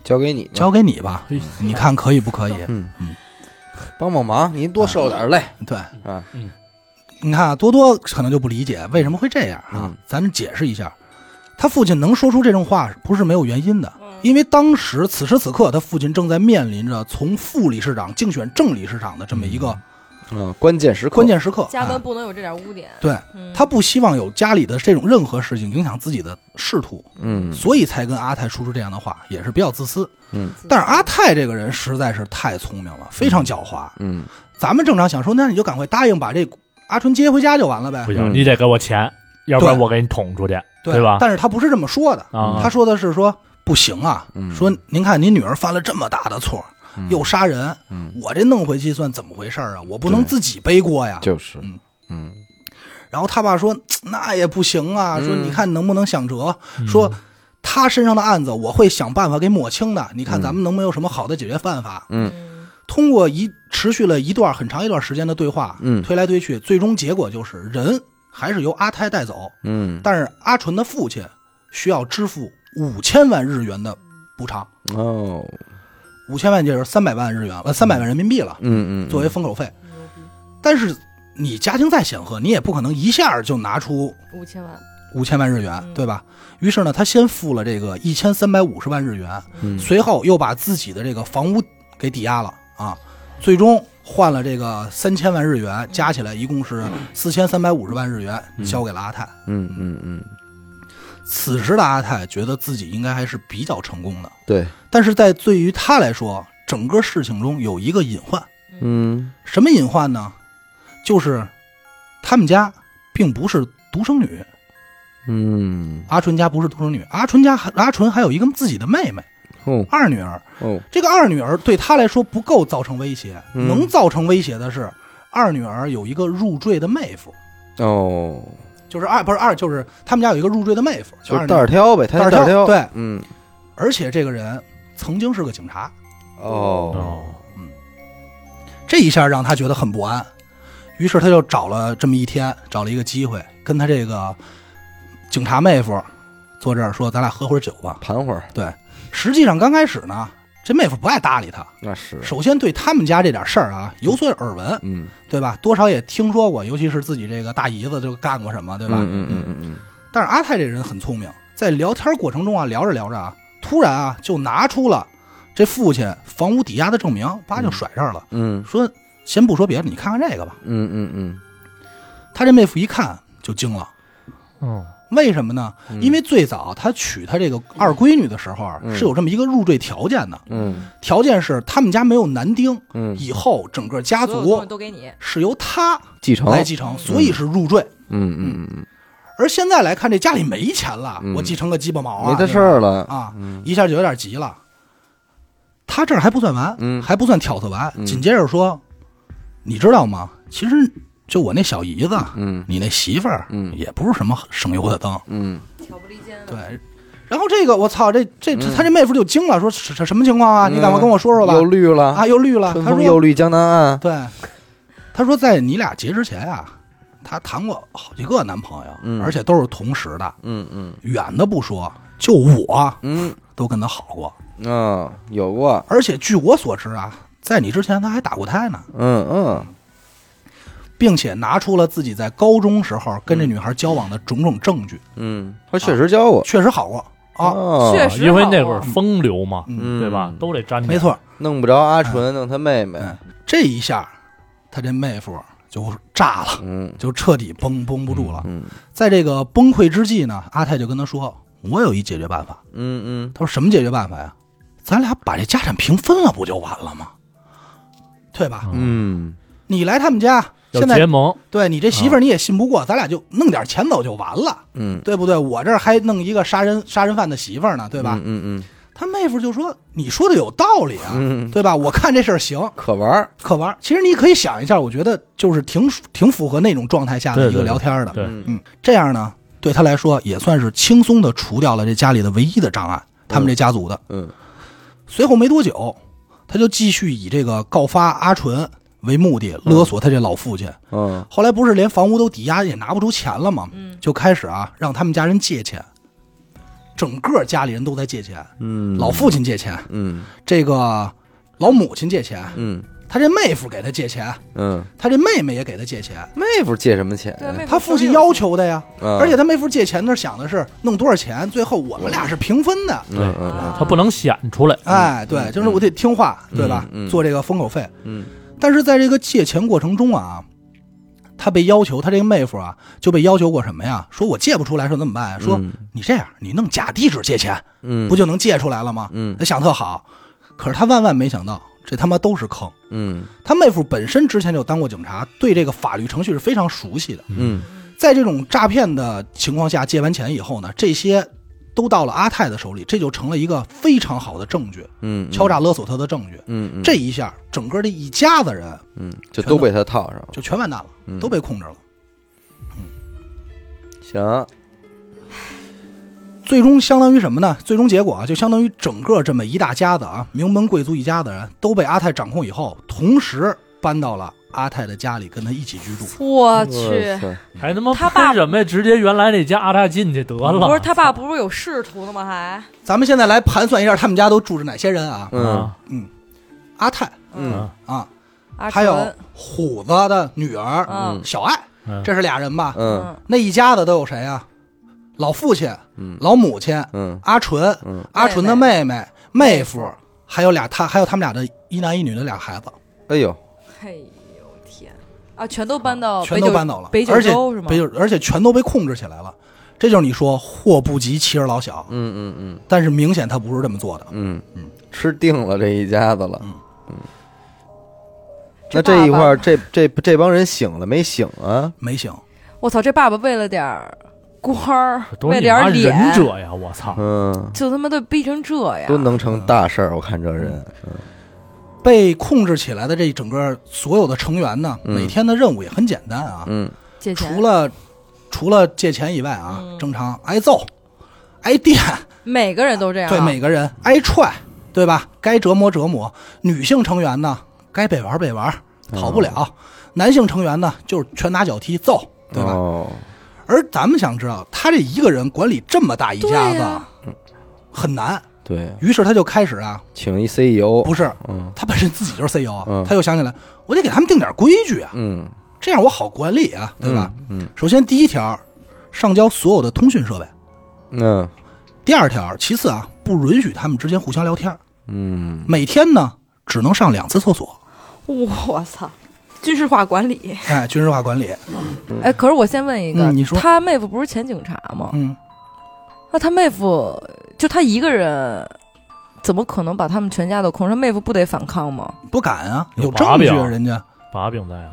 交给你，
交给你吧，
嘿
你看可以不可以？
嗯嗯，帮帮忙，您多受点累
对，
啊，
你看啊多多可能就不理解为什么会这样啊
嗯，
咱解释一下，他父亲能说出这种话不是没有原因的，因为当时此时此刻他父亲正在面临着从副理事长竞选正理事长的这么一个
嗯，关键时刻，
关键时刻，
嘉
啊
哥不能有这点污点。
对
嗯
他不希望有家里的这种任何事情影响自己的仕途，
嗯
所以才跟阿泰说出这样的话，也是比较自私。
嗯，
但是阿泰这个人实在是太聪明了，非常狡猾。
嗯
咱们正常想说，那你就赶快答应把这阿春接回家就完了呗
不，
嗯
行，你得给我钱，要不然
对
我给你捅出去，对吧？
但是他不是这么说的，
啊，
他说的是说不行啊，
嗯
说您看您女儿犯了这么大的错，
嗯
又杀人，
嗯，
我这弄回去算怎么回事儿啊？我不能
对
自己背锅呀。
就是
嗯，
嗯
然后他爸说那也不行啊，说
嗯
你看能不能想辙，说。他身上的案子，我会想办法给抹清的。你看，咱们能没有什么好的解决办法？
嗯
嗯，
通过一持续了一段很长一段时间的对话，
嗯
推来推去，最终结果就是人还是由阿泰带走，
嗯，
但是阿纯的父亲需要支付五千万日元的补偿，
哦，
五千万就是三百万日元，呃，三百万人民币了，
嗯嗯，
作为封口费。但是你家庭再显赫，你也不可能一下就拿出
五千万，
五千万日元，
嗯
对吧？于是呢，他先付了这个一千三百五十万日元，
嗯
随后又把自己的这个房屋给抵押了啊，最终换了这个三千万日元，加起来一共是四千三百五十万日元，交给了阿泰。
嗯嗯嗯，
此时的阿泰觉得自己应该还是比较成功的，
对，
但是在对于他来说，整个事情中有一个隐患，
嗯
什么隐患呢？就是他们家并不是独生女，
嗯，
阿纯家不是独生女，阿纯家还阿纯还有一个自己的妹妹，
哦
二女儿。
哦，
这个二女儿对他来说不够造成威胁，
嗯
能造成威胁的是二女儿有一个入赘的妹夫，
哦，
就是二不是二，就是他们家有一个入赘的妹夫，
就
二
是
女
袋儿挑呗，他
袋
是
儿
袋儿
挑
挑，
对
嗯，
而且这个人曾经是个警察，
哦，
哦，
这一下让他觉得很不安，于是他就找了这么一天，找了一个机会，跟他这个警察妹夫坐这儿说：“咱俩喝会儿酒吧。
盘会儿”
实际上刚开始呢，这妹夫不爱搭理他，
那是，
首先对他们家这点事儿啊有所耳闻，
嗯，
对吧？多少也听说过，尤其是自己这个大姨子就干过什么，对
对
吧？
嗯嗯嗯嗯
但是阿泰这人很聪明，在聊天过程中啊，聊着聊着啊，突然啊就拿出了这父亲房屋抵押的证明，叭就甩这儿了，
嗯
说先不说别的，你看看这个吧。
嗯嗯嗯
他这妹夫一看就惊了，
嗯，
为什么呢？因为最早他娶他这个二闺女的时候啊，
嗯
是有这么一个入赘条件的，
嗯
条件是他们家没有男丁，
嗯，
以后整个家
所有东
族
西都给你，
是由他
继承，
来继承，所以是入赘。
哦嗯嗯嗯
而现在来看，这家里没钱了，
嗯
我继承个鸡巴毛
嗯，
啊！
没
对
他
吧
事儿嗯了，
啊，一下就有点急了。他这儿还不算完，
嗯
还不算挑唆完，
嗯
紧接着说：“你知道吗？其实就我那小姨子，
嗯
你那媳妇儿，
嗯
也不是什么省油的灯。
嗯，
挑拨离间”
对，，然后这个我操，这这他这妹夫就惊了，说：“什什什么情况啊？你赶快跟我说说吧
嗯又！”绿了，
啊，又绿了。
春
他
风
说：“
又绿江南岸，
对，他说在你俩结之前啊，他谈过好几个男朋友，
嗯
而且都是同时的，
嗯嗯
远的不说，就我
嗯
都跟他好过。
嗯，啊有过，
而且据我所知啊，在你之前他还打过胎呢，
嗯嗯
并且拿出了自己在高中时候跟这女孩交往的种种证据，
嗯，他确实教我
确实好过啊，
哦
确实
因为
好
那会儿
啊
风流嘛，
嗯
嗯
对吧？都得沾点
没，错，
弄不着阿纯，弄他妹妹，
嗯，这一下他这妹夫就炸了，
嗯
就彻底绷绷不住了。
嗯
在这个崩溃之际呢，阿泰就跟他说：“我有一解决办法。”
嗯嗯
他说什么解决办法呀？咱俩把这家产平分了，不就完了吗？对吧？
嗯，
你来他们家，
有
现在
结盟，
对你这媳
啊
妇儿你也信不过，咱俩就弄点钱走就完了，
嗯，
对不对？我这儿还弄一个杀人杀人犯的媳妇儿呢，对吧？
嗯嗯
他妹夫就说：“你说的有道理啊，
嗯，
对吧？我看这事儿行，
可玩儿，
可玩儿。其实你可以想一下，我觉得就是挺挺符合那种状态下的
对
一个
对
聊天的。
对
嗯
嗯，这样呢，对他来说也算是轻松的除掉了这家里的唯一的障碍，他们这家族的。
嗯
随后没多久，他就继续以这个告发阿纯为目的勒索他这老父亲。
嗯
后来不是连房屋都抵押也拿不出钱了吗？
嗯，
就开始啊让他们家人借钱，整个家里人都在借钱，
嗯，
老父亲借钱，
嗯
这个老母亲借钱，
嗯
他这妹夫给他借钱，
嗯，
他这妹妹也给他借钱。
妹夫借什么钱？
对，啊妹
呃他父亲要，求的呀，
嗯
而且他妹夫借钱那想的是弄多少钱，最后我们俩是平分的。
嗯嗯
他不能显出来，嗯
哎，对，就是我得听话，对吧？
嗯嗯
做这个封口费，
嗯
但是在这个借钱过程中啊，他被要求，他这个妹夫啊就被要求过什么呀？说我借不出来，说怎么办呀？说、
嗯
你这样，你弄假地址借钱，
嗯，
不就能借出来了吗？
嗯
他想特好，可是他万万没想到，这他妈都是坑。
嗯
他妹夫本身之前就当过警察，对这个法律程序是非常熟悉的。
嗯
在这种诈骗的情况下，借完钱以后呢，这些都到了阿泰的手里，这就成了一个非常好的证据，
嗯，
敲诈勒索他的证据。
嗯嗯，
这一下，整个这一家子人
嗯就都被他套上了，
就全完蛋了，
嗯
都被控制了。啊
行，
最终相当于什么呢？最终结果啊，就相当于整个这么一大家子啊，名门贵族一家子人都被阿泰掌控以后，同时搬到了阿泰的家里，跟他一起居住。
嗯
我去，
哇塞
还他妈
他爸
喷什么呀？直接原来那家阿大进去得了，啊
不是他爸不是有仕途的吗？还
咱们现在来盘算一下，他们家都住着哪些人啊？
嗯
啊，
阿泰
嗯
啊，
阿
还有
纯
虎子的女儿、
嗯
小爱，
嗯
这是俩人吧？
嗯
嗯，
那一家子都有谁啊？老父亲、
嗯
老母亲、
嗯
阿纯、
嗯，
阿纯的妹妹、
妹
妹夫，还有俩他，还有他们俩的一男一女的俩孩子，
哎呦，
嘿呦天啊，全都搬到
全
北
都
九
搬走了，
北九
而且
州是吗？
北九，而且全都被控制起来了。这就是你说祸不及妻儿老小，
嗯嗯
但是明显他不是这么做的。
嗯嗯
嗯，
吃定了这一家子了，嗯。那
这
这一
爸
块
爸
儿，这这这帮人醒了没醒啊？
没醒，
我操，这爸爸为了点儿官儿，
都
为
是
了
你
点
妈
儿
忍
脸，
者呀！我操，
嗯，
就他妈的逼成这样，
都能成大事儿，我看这人，
被控制起来的这整个所有的成员呢，
嗯
每天的任务也很简单啊，
嗯
借钱
除了除了借钱以外啊，
嗯
正常挨揍、挨电，
每个人都这样啊，
对每个人挨踹，对吧？该折磨折磨。女性成员呢，该被玩被玩，讨不了；
哦
男性成员呢，就是拳打脚踢揍，对吧？
哦，
而咱们想知道，他这一个人管理这么大一家
对
子、
呀
很难，
对，
于是他就开始啊，
请一 CEO，
不是
嗯
他本身自己就是 CEO，啊、
嗯
他又想起来，我得给他们定点规矩啊，
嗯，
这样我好管理啊，对吧？
嗯？
首先第一条，上交所有的通讯设备；
嗯
第二条，其次啊，不允许他们之间互相聊天，
嗯
每天呢只能上两次厕所。
我操，军事化管理。
哎，军事化管理，
哎，可是我先问一个，
嗯嗯你说
他妹夫不是前警察吗？
嗯，
那他妹夫就他一个人，怎么可能把他们全家都控制？他妹夫不得反抗吗？
不敢啊，
有
有证
把
据
柄
啊，人家，
把柄在啊，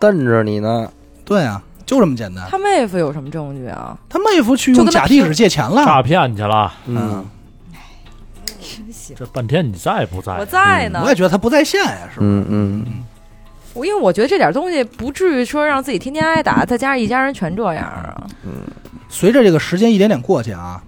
瞪着你呢，
对啊，就这么简单。
他妹夫有什么证据啊？
他妹夫去
就
用
跟他
假地址
拼
借钱了
诈，骗去了。
嗯，
真行，
这半天你在不在？
我在呢
我，也觉得他不在线呀，是吧？
嗯嗯，
我因为我觉得这点东西不至于说让自己天天挨打，再加上一家人全这样啊。
随着这个时间一点点过去啊，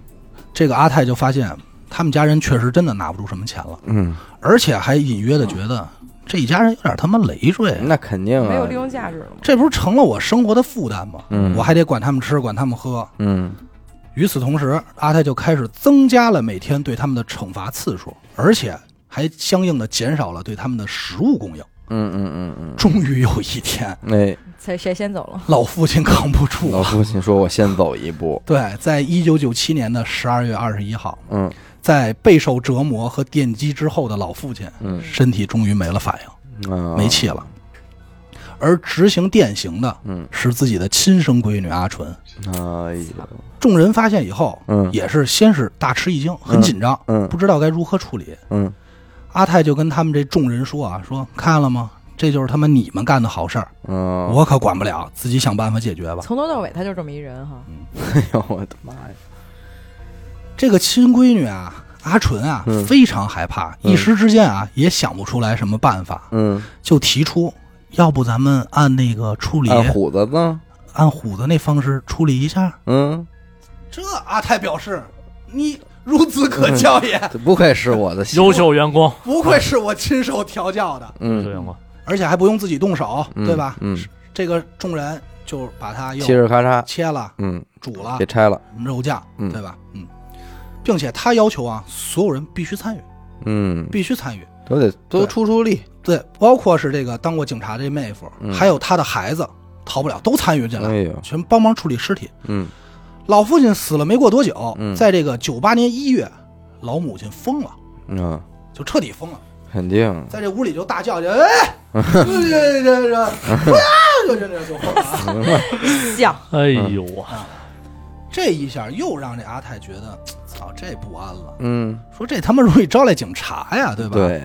这个阿泰就发现他们家人确实真的拿不出什么钱了，
嗯，
而且还隐约的觉得这一家人有点他妈累赘啊，
那肯定
没有
啊
利，用价值了吗？
这不是成了我生活的负担吗？
嗯
我还得管他们吃，管他们喝。
嗯
与此同时，阿泰就开始增加了每天对他们的惩罚次数，而且还相应的减少了对他们的食物供应。
嗯嗯嗯
终于有一天，
嗯，哎，
谁谁先走了？
老父亲扛不住
老
了。
父亲说我先走一步，
对，在一九九七年的十二月二十一号，
嗯
在备受折磨和电击之后的老父亲，
嗯
身体终于没了反应，
啊，
没气了。而执行电刑的，
嗯
是自己的亲生闺女阿纯。
哎呀，
众人发现以后，
嗯
也是先是大吃一惊，很紧张，
嗯
不知道该如何处理。
嗯
阿泰就跟他们这众人说啊，说看了吗？这就是他妈你们干的好事儿，
嗯，
(laughs) 我可管不了，自己想办法解
哦
决吧。
从头到尾他就这么一人哈，
哎呦我的妈呀，
这个亲闺女啊，阿纯啊，
嗯
非常害怕，
嗯
一时之间啊也想不出来什么办法，
嗯，
就提出，要不咱们按那个处理
按虎子呢，
按虎子那方式处理一下。
嗯，
这阿泰表示，你孺子可
嗯
教也，
这不愧是我的媳妇
优，秀员工，
不愧是我亲手调教的。
优秀员
嗯，
工，
而且还不用自己动手，
嗯
对吧？
嗯，
这个众人就把它又
嘁哩咔嚓，
切了、
嗯，
煮了
给、拆了，
肉酱，
嗯
对吧？嗯，并且他要求啊，所有人必须参与，
嗯，
必须参与。
都得都
对
出出力，
对，包括是这个当过警察这妹夫，
嗯
还有他的孩子，逃不了，都参与进来，
哎呦，
全帮忙处理尸体。
嗯
老父亲死了没过多久，
嗯
在这个九八年一月，老母亲疯了，
嗯，
就彻底疯了，
肯定，
在这屋里就大叫去，哎，这这这这，不要就这这就疯了啊。
嗯
像
哎呦啊，
这一下又让这阿泰觉得，操，这不安了。
嗯，
说这他妈容易招来警察呀，对吧？。
对，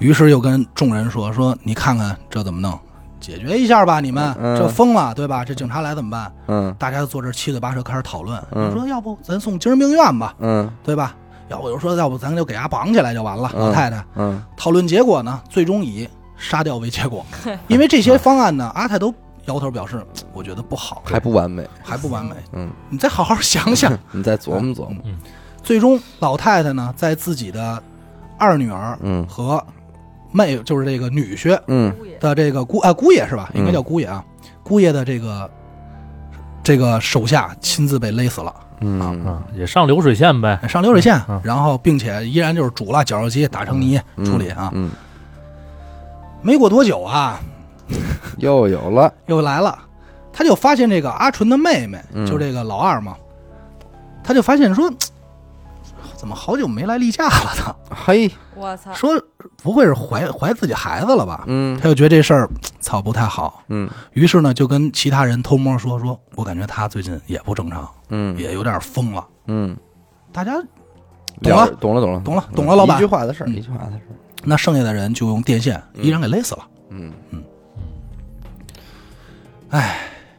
于是又跟众人说说，你看看这怎么弄，解决一下吧，你们、
嗯
这疯了，对吧？这警察来怎么办？
嗯
大家就坐这儿七嘴八舌开始讨论。
嗯
有人说要不咱送精神病院吧，
嗯
对吧？要不有人说要不咱就给他绑起来就完了。
嗯
老太太
嗯
讨论结果呢，最终以杀掉为结果， (laughs) 因为这些方案呢，阿泰都摇头表示，我觉得不好，
还不完美，
还不完美，
嗯，
你再好好想想。
你再琢磨琢磨，
最终，老太太呢，在自己的二女儿
嗯
和妹，就是这个女婿
嗯
的这个姑啊姑爷是吧？
嗯
应该叫姑爷啊，姑爷的这个这个手下亲自被勒死了，
嗯
啊，也上流水线呗，
上流水线
嗯嗯，
然后并且依然就是煮了绞肉机打成泥
嗯，
处理啊。
嗯，
没过多久啊，
又有了，
又来了，他就发现这个阿纯的妹妹
嗯，
就这个老二嘛，他就发现说，嘖怎么好久没来例假了呢？
嘿，
我操，
说不会是怀怀自己孩子了吧？
嗯
他就觉得这事儿操不太好，
嗯
于是呢就跟其他人偷摸说说，我感觉他最近也不正常，
嗯
也有点疯了。
嗯，
大家懂
了
了，
懂了，懂了，
懂了懂了老板
一句话的事儿，
嗯
一句话的事儿，
那剩下的人就用电线一人给勒死了。
嗯，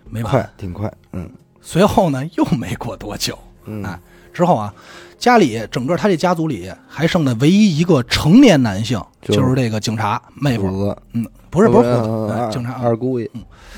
没办法。
快，挺快，嗯
随后呢又没过多久，
嗯
哎，之后啊，家里整个他这家族里还剩的唯一一个成年男性
就
就是这个警察妹
虎
夫，
子
嗯，不是不是
呃
胡子，哎
二
警察
二姑爷，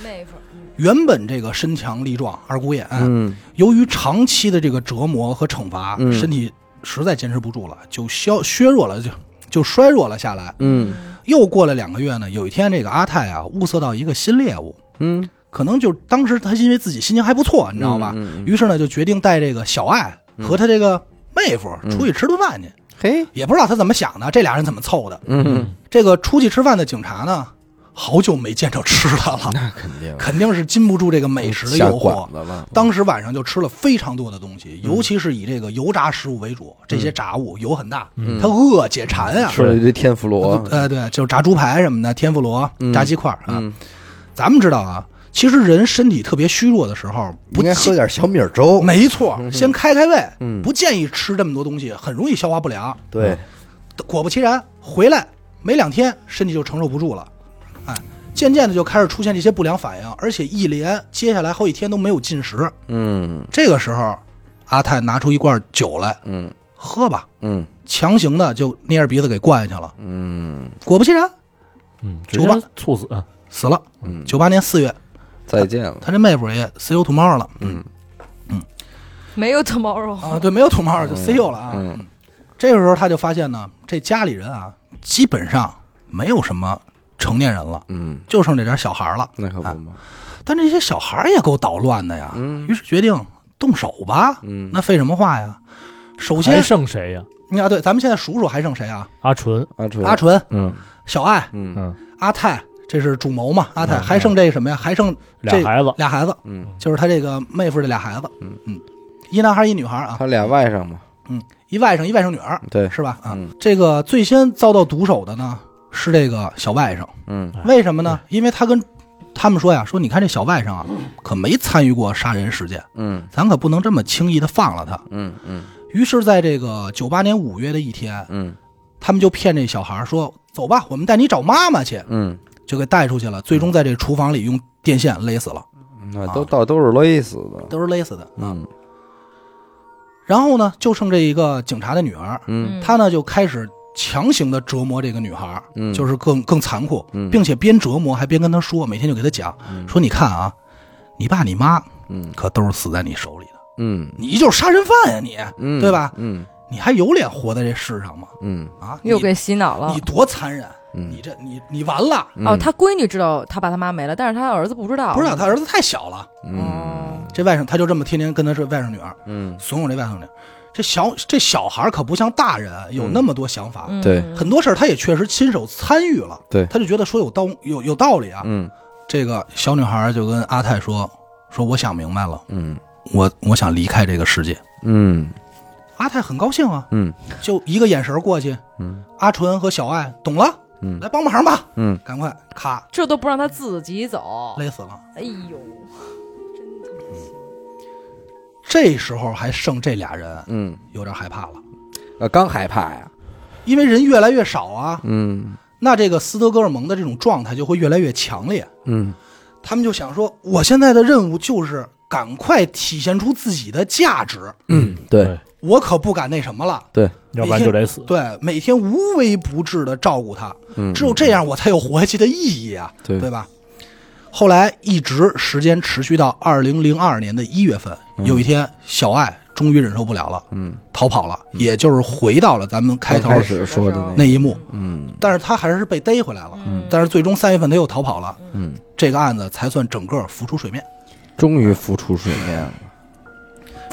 妹夫，嗯
原本这个身强力壮，二姑哎眼，
嗯
由于长期的这个折磨和惩罚，
嗯
身体实在坚持不住了，就消削弱了，就就衰弱了下来。
嗯
又过了两个月呢，有一天这个阿泰啊物色到一个新猎物，
嗯，
可能就当时他因为自己心情还不错，你知道吧？
嗯嗯嗯
于是呢就决定带这个小爱和他这个妹夫
嗯
出去吃顿饭去，
嘿，
也不知道他怎么想的，这俩人怎么凑的？
嗯，
这个出去吃饭的警察呢，好久没见着吃的了，
那肯定
肯定是禁不住这个美食的
下
诱惑
馆。子了，
当时晚上就吃了非常多的东西，
嗯
尤其是以这个油炸食物为主，这些炸物油很大，它饿解馋啊。
嗯吃了一堆天妇罗，
呃，对，就是炸猪排什么的，天妇罗、炸鸡块儿啊。
嗯，
咱们知道啊，其实人身体特别虚弱的时候，不
应该喝
建
点小米儿粥，
没错，先开开胃，
嗯
不建议吃这么多东西，很容易消化不良。
对，
果不其然，回来没两天，身体就承受不住了，哎，渐渐的就开始出现这些不良反应，而且一连接下来好几天都没有进食。
嗯
这个时候，阿泰拿出一罐酒来，
嗯
喝吧，
嗯
强行的就捏着鼻子给灌下去了。
嗯，
果不其然，
嗯，直
酒
接
吧
猝死，
死了
嗯。
九八年四月，
再见了，
他这妹夫也 E CEO tomorrow 了
嗯
没有 tomorrow，、
啊，对，没有 tomorrow 就 CEO 了啊。
嗯
这个时候他就发现呢，这家里人啊，基本上没有什么成年人了，
嗯，
就剩这点小孩儿了。
那可不嘛，
但这些小孩儿也够捣乱的呀。
嗯
于是决定动手吧。
嗯哎
那废什么话呀？首
还
先，
剩谁呀？
你看，对，咱们现在数数还剩谁啊？
阿纯，
阿纯，
阿，纯、
嗯
小爱、
嗯
嗯，
阿泰，这是主谋嘛？阿泰
嗯
还剩这什么呀？还剩
俩孩子，
俩孩子，
嗯，
就是他这个妹夫这俩孩子。
嗯
嗯，一男孩一女孩啊。
他俩外甥嘛，
嗯，一外甥一外甥女儿，
对，
是吧？啊，
嗯
这个最先遭到毒手的呢是这个小外甥，
嗯
为什么呢？因为他跟他们说呀，说你看这小外甥啊，可没参与过杀人事件，
嗯
咱可不能这么轻易的放了他。
嗯嗯
于是，在这个九八年五月的一天，
嗯
他们就骗这小孩儿说：“走吧，我们带你找妈妈去。
嗯，”
就给带出去了。最终在这厨房里用电线勒死了，
那都到都是勒死的，
都是勒死的。
嗯
然后呢，就剩这一个警察的女儿，
嗯
她呢就开始强行的折磨这个女孩儿，
嗯，
就是更更残酷，
嗯
并且边折磨还边跟她说，每天就给她讲说：“你看啊，你爸你妈
嗯
可都是死在你手里的，
嗯
你就是杀人犯呀、你，
嗯，
对吧？
嗯
你还有脸活在这世上吗？
嗯
啊，
又
你
给洗脑了
你。多残忍！
嗯
你这你你完了！
嗯
哦，他闺女知道他爸他妈没了，但是他儿子不知道。
不是他儿子太小了，
嗯
这外甥他就这么天天跟他是外甥女儿，
嗯
怂恿这外甥女儿。这小这小孩儿可不像大人有那么多想法，
嗯
对
很多事儿他也确实亲手参与了，
对
他就觉得说有道有有道理啊。
嗯
这个小女孩儿就跟阿泰说说我想明白了，
嗯
我我想离开这个世界。
嗯
阿泰很高兴啊，
嗯
就一个眼神儿过去，
嗯，
阿纯和小爱懂了，
嗯
来帮忙吧，
嗯，
赶快咔
这都不让他自己走。
勒死了。
哎呦，
这时候还剩这俩人，
嗯，
有点害怕了，
呃，刚害怕呀，
因为人越来越少啊，
嗯
那这个斯德哥尔蒙的这种状态就会越来越强烈。
嗯
他们就想说，我现在的任务就是赶快体现出自己的价值，
嗯，对
对
我可不敢那什么了。
对，
要不然就得死。
对，每天无微不至的照顾他，
嗯
只有这样我才有活下去的意义啊，
对
对吧？后来一直时间持续到二零零二年的一月份，有一天小爱终于忍受不了了，
嗯，
逃跑了，也就是回到了咱们开头
刚开始说的
那
那，
一幕。
嗯
但是他还是被逮回来了，
嗯
但是最终三月份他又逃跑了，
嗯，
这个案子才算整个浮出水面。
终于浮出水面了，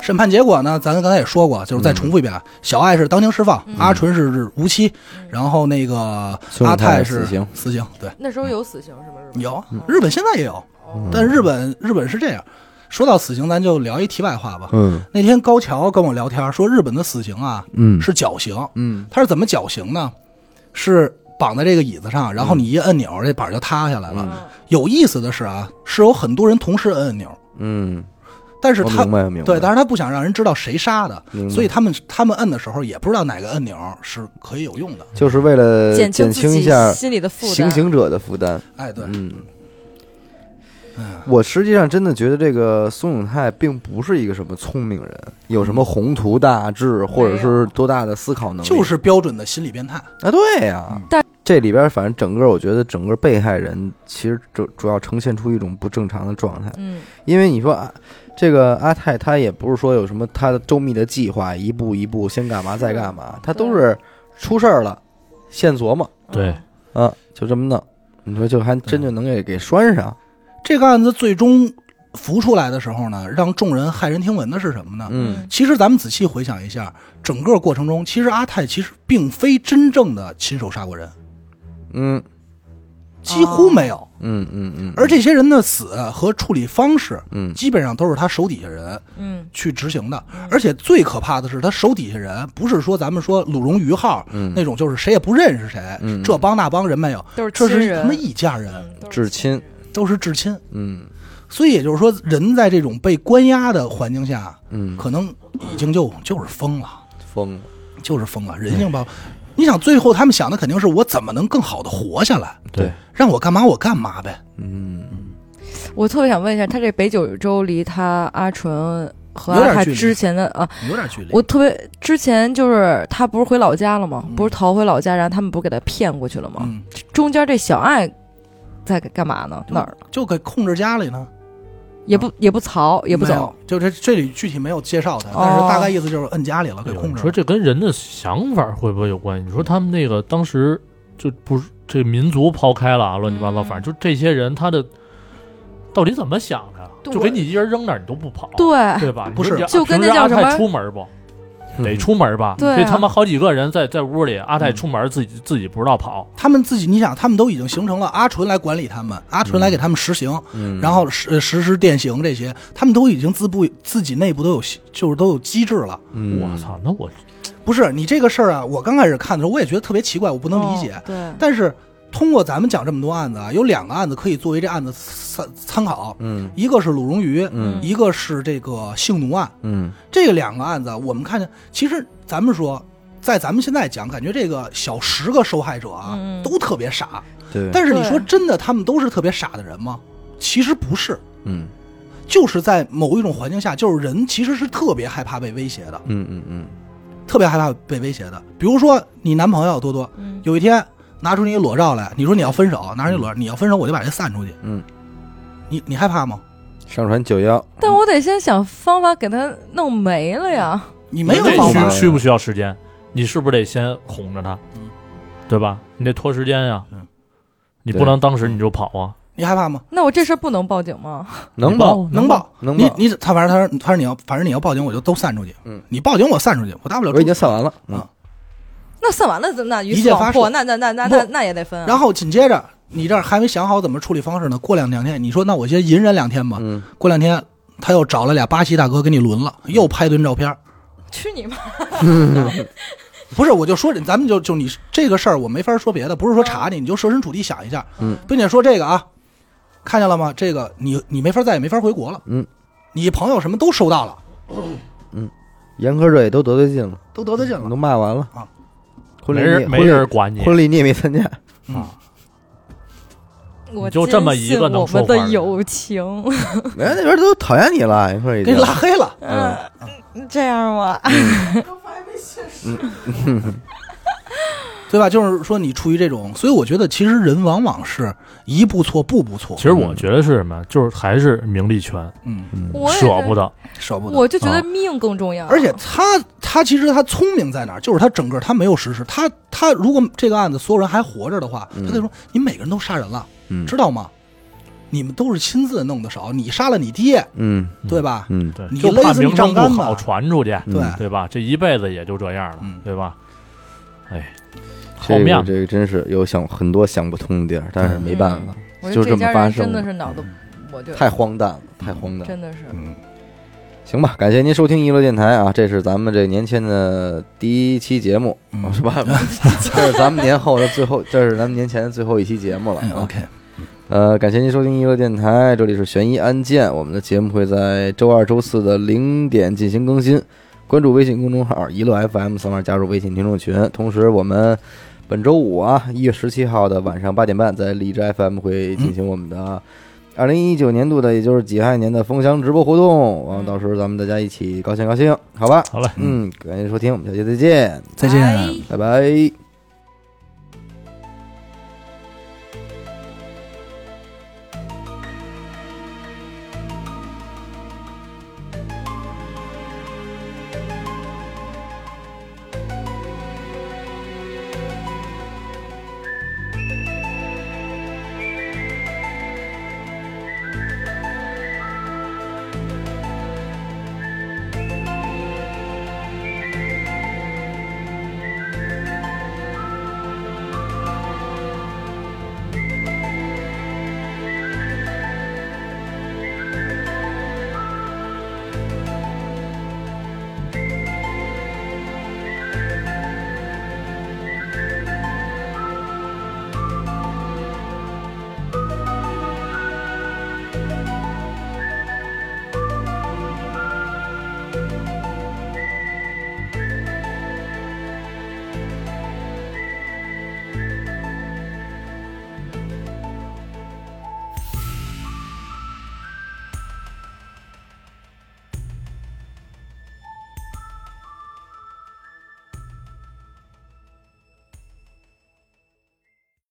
审判结果呢，咱刚才也说过，就
嗯
是再重复一遍啊，小爱是当庭释放，阿纯是无期，然后那个
孙
阿
悟空
泰
是
是
死刑
死刑，对。
那时候有死刑是不是？
有，日本现在也有，但日本日本是这样。说到死刑，咱就聊一题外话吧。
嗯
那天高桥跟我聊天说，日本的死刑啊
嗯
是绞刑，
嗯
他是怎么绞刑呢？是绑在这个椅子上，
嗯
然后你一摁钮，这板就塌下来了。有意思的是啊，是有很多人同时摁按钮，
嗯，
但是
我
他
明白明白，
对，但是他不想让人知道谁杀的，
明白
所以他们他们摁的时候也不知道哪个按钮是可以有用的。
就是为了
减
呃减
自
轻
己
一下
心里的负担。
行刑者的负担，
哎，对，哎
嗯。我实际上真的觉得这个孙永泰并不是一个什么聪明人，有什么宏图大志或者是多大的思考能力，
就是标准的心理变态。嗯
啊，对呀、
但
这里边反正整个我觉得整个被害人其实主主要呈现出一种不正常的状态，
嗯
因为你说啊，这个阿泰他也不是说有什么他的周密的计划，一步一步先干嘛再干嘛，他都是出事儿了，现琢磨
对，
啊，就这么弄。你说就还真就能给给拴上，
这个案子最终浮出来的时候呢，让众人骇人听闻的是什么呢？
嗯，
其实咱们仔细回想一下，整个过程中，其实阿泰其实并非真正的亲手杀过人，
嗯
几乎没有。
嗯嗯嗯，
而这些人的死和处理方式，
嗯
基本上都是他手底下人
嗯
去执行的。而且最可怕的是，他手底下人不是说咱们说鲁荣于号
嗯
那种，就是谁也不认识谁，
嗯
这帮那帮人没有，
都是
这
亲
是
人
他妈一家人，
嗯都是
至亲，
都是至亲。
嗯
所以也就是说，人在这种被关押的环境下，
嗯，
可能已经就就是疯了。
疯了，
就是疯了，人性吧。你想，最后他们想的肯定是我怎么能更好的活下来，
对，
让我干嘛我干嘛呗。
嗯
我特别想问一下，他这北九州离他阿纯和
有
阿
点
泰
距离
之前的啊，
有点距离
我特别之前就是他不是回老家了吗？不是逃回老家，然后他们不是给他骗过去了吗？
嗯，
中间这小爱在干嘛呢？
就
哪儿
就给控制家里呢，
也不也不逃也不
嗯没
走
有，，就这这里具体没有介绍他，但是
哦
大概意思就是摁家里了，给
哎呦
控
你
制
说
了。
这跟人的想法会不会有关系？你说他们那个当时就不是这民族抛开了啊，乱七八糟，
嗯
反正就这些人他的到底怎么想的？
对
就给你一人扔那儿，你都不跑，
对
对吧？
不是
你说你
就跟那
平时
叫
阿
什么
泰出门不？嗯
嗯
得出门吧？
对啊
这他妈好几个人在在屋里，阿泰
嗯
出门自己自己不知道跑，
他们自己，你想，他们都已经形成了阿纯来管理他们，阿纯来给他们实行，
嗯，
然后实呃实施电刑这些，他们都已经自不自己内部都有就是都有机制了。
嗯
我，操！那我
不是你这个事儿啊，我刚开始看的时候我也觉得特别奇怪，我不能理解。
哦
嗯
对，
但是通过咱们讲这么多案子啊，有两个案子可以作为这案子参参考，
嗯
一个是鲁荣于，
嗯
一个是这个性奴案。
嗯
这两个案子啊，我们看见，其实咱们说，在咱们现在讲，感觉这个小十个受害者啊、
嗯
都特别傻，
对，
但是你说
对
真的，他们都是特别傻的人吗？其实不是。
嗯
就是在某一种环境下，就是人其实是特别害怕被威胁的，
嗯嗯嗯
特别害怕被威胁的。比如说，你男朋友多多，
嗯
有一天拿出你裸照来，你说你要分手，拿出你裸照，你要分手我就把这散出去，
嗯，
你你害怕吗？
上传九幺，
但我得先想方法给他弄没了呀。
你没有
那
方
必
法
须，
需需不需要时间？你是不是得先哄着他，对吧？你得拖时间呀、
嗯
你
对
不能当时你就跑啊！
你害怕吗？
那我这事儿不能报警吗？
能报
能报，
能
你
报，
你他反正他说他说你要反正你要报警我就都散出去，
嗯，
你报警我散出去，我大不了
我已经算完了，嗯
那算完了，那鱼
一
死
键
网
发
破，
射
那那那那
不
那那也得分啊。
然后紧接着你这儿还没想好怎么处理方式呢，过两两天你说那我先隐忍两天吧，
嗯，
过两天他又找了俩巴西大哥给你轮了，又拍顿照片儿。
去你妈！
不是，我就说这，咱们就就你这个事儿，我没法说别的，不是说查你，你就设身处地想一下，
嗯，
并且说这个啊，看见了吗？这个你你没法再也没法回国了，
嗯，啊
你朋友什么都收到了，
严苛这也都得罪尽了，
都得罪尽了
都骂完了
啊，
婚
没
礼
人
你
没人管你，
婚礼你也没参
(laughs)
加，
嗯
我
就这么一个
坚信
能
我
说
们
话的
的
人
友情，
人家那边都讨厌你了，你说已
给
经
你，拉黑了。
嗯
这样吗？
对吧？就是说，你处于这种，所以我觉得，其实人往往是一步错，步步错
其。实我觉得是什么？就是还是名利权，
嗯，
我也是
舍不，得。
舍不得。
我就觉
啊
得命更重要。
而且他他其实他聪明在哪儿？就是他整个他没有实施。他他如果这个案子所有人还活着的话，他就说你每个人都杀人了，
嗯
知道吗？你们都是亲自弄的手，你杀了你爹，
嗯
对吧？
嗯，
对，
你
就
勒
怕
死你
名声
丈
不
干吧
好传出去，
对
嗯
对吧？这一辈子也就这样了
嗯，
对吧？哎，好
这
面
个
子，
这个真是有想很多想不通的地儿，但是没办
嗯
法，
我觉
就是这
得这
么
家
发
人
生
真的
的
是脑子，我就
太荒诞了，太荒诞了。
真的是
嗯，
行吧，感谢您收听娱乐电台啊，这是咱们这年前的第一期节目，
嗯
是吧？ (laughs) 这是咱们年后的最后，这是咱们年前的最后一期节目了
嗯
啊。
，OK，
呃，感谢您收听娱乐电台，这里是悬疑案件，我们的节目会在周二、周四的零点进行更新。关注微信公众号“娱乐 FM”，扫码加入微信听众群。同时，我们本周五啊，一月十七号的晚上八点半，在荔枝 FM 会进行我们的二零一九年度的，也就是己亥年的封箱直播活动。然后到时候咱们大家一起高兴高兴，好吧？
好嘞。
嗯，感谢收听，我们下期再见，
再见。
哎
拜拜。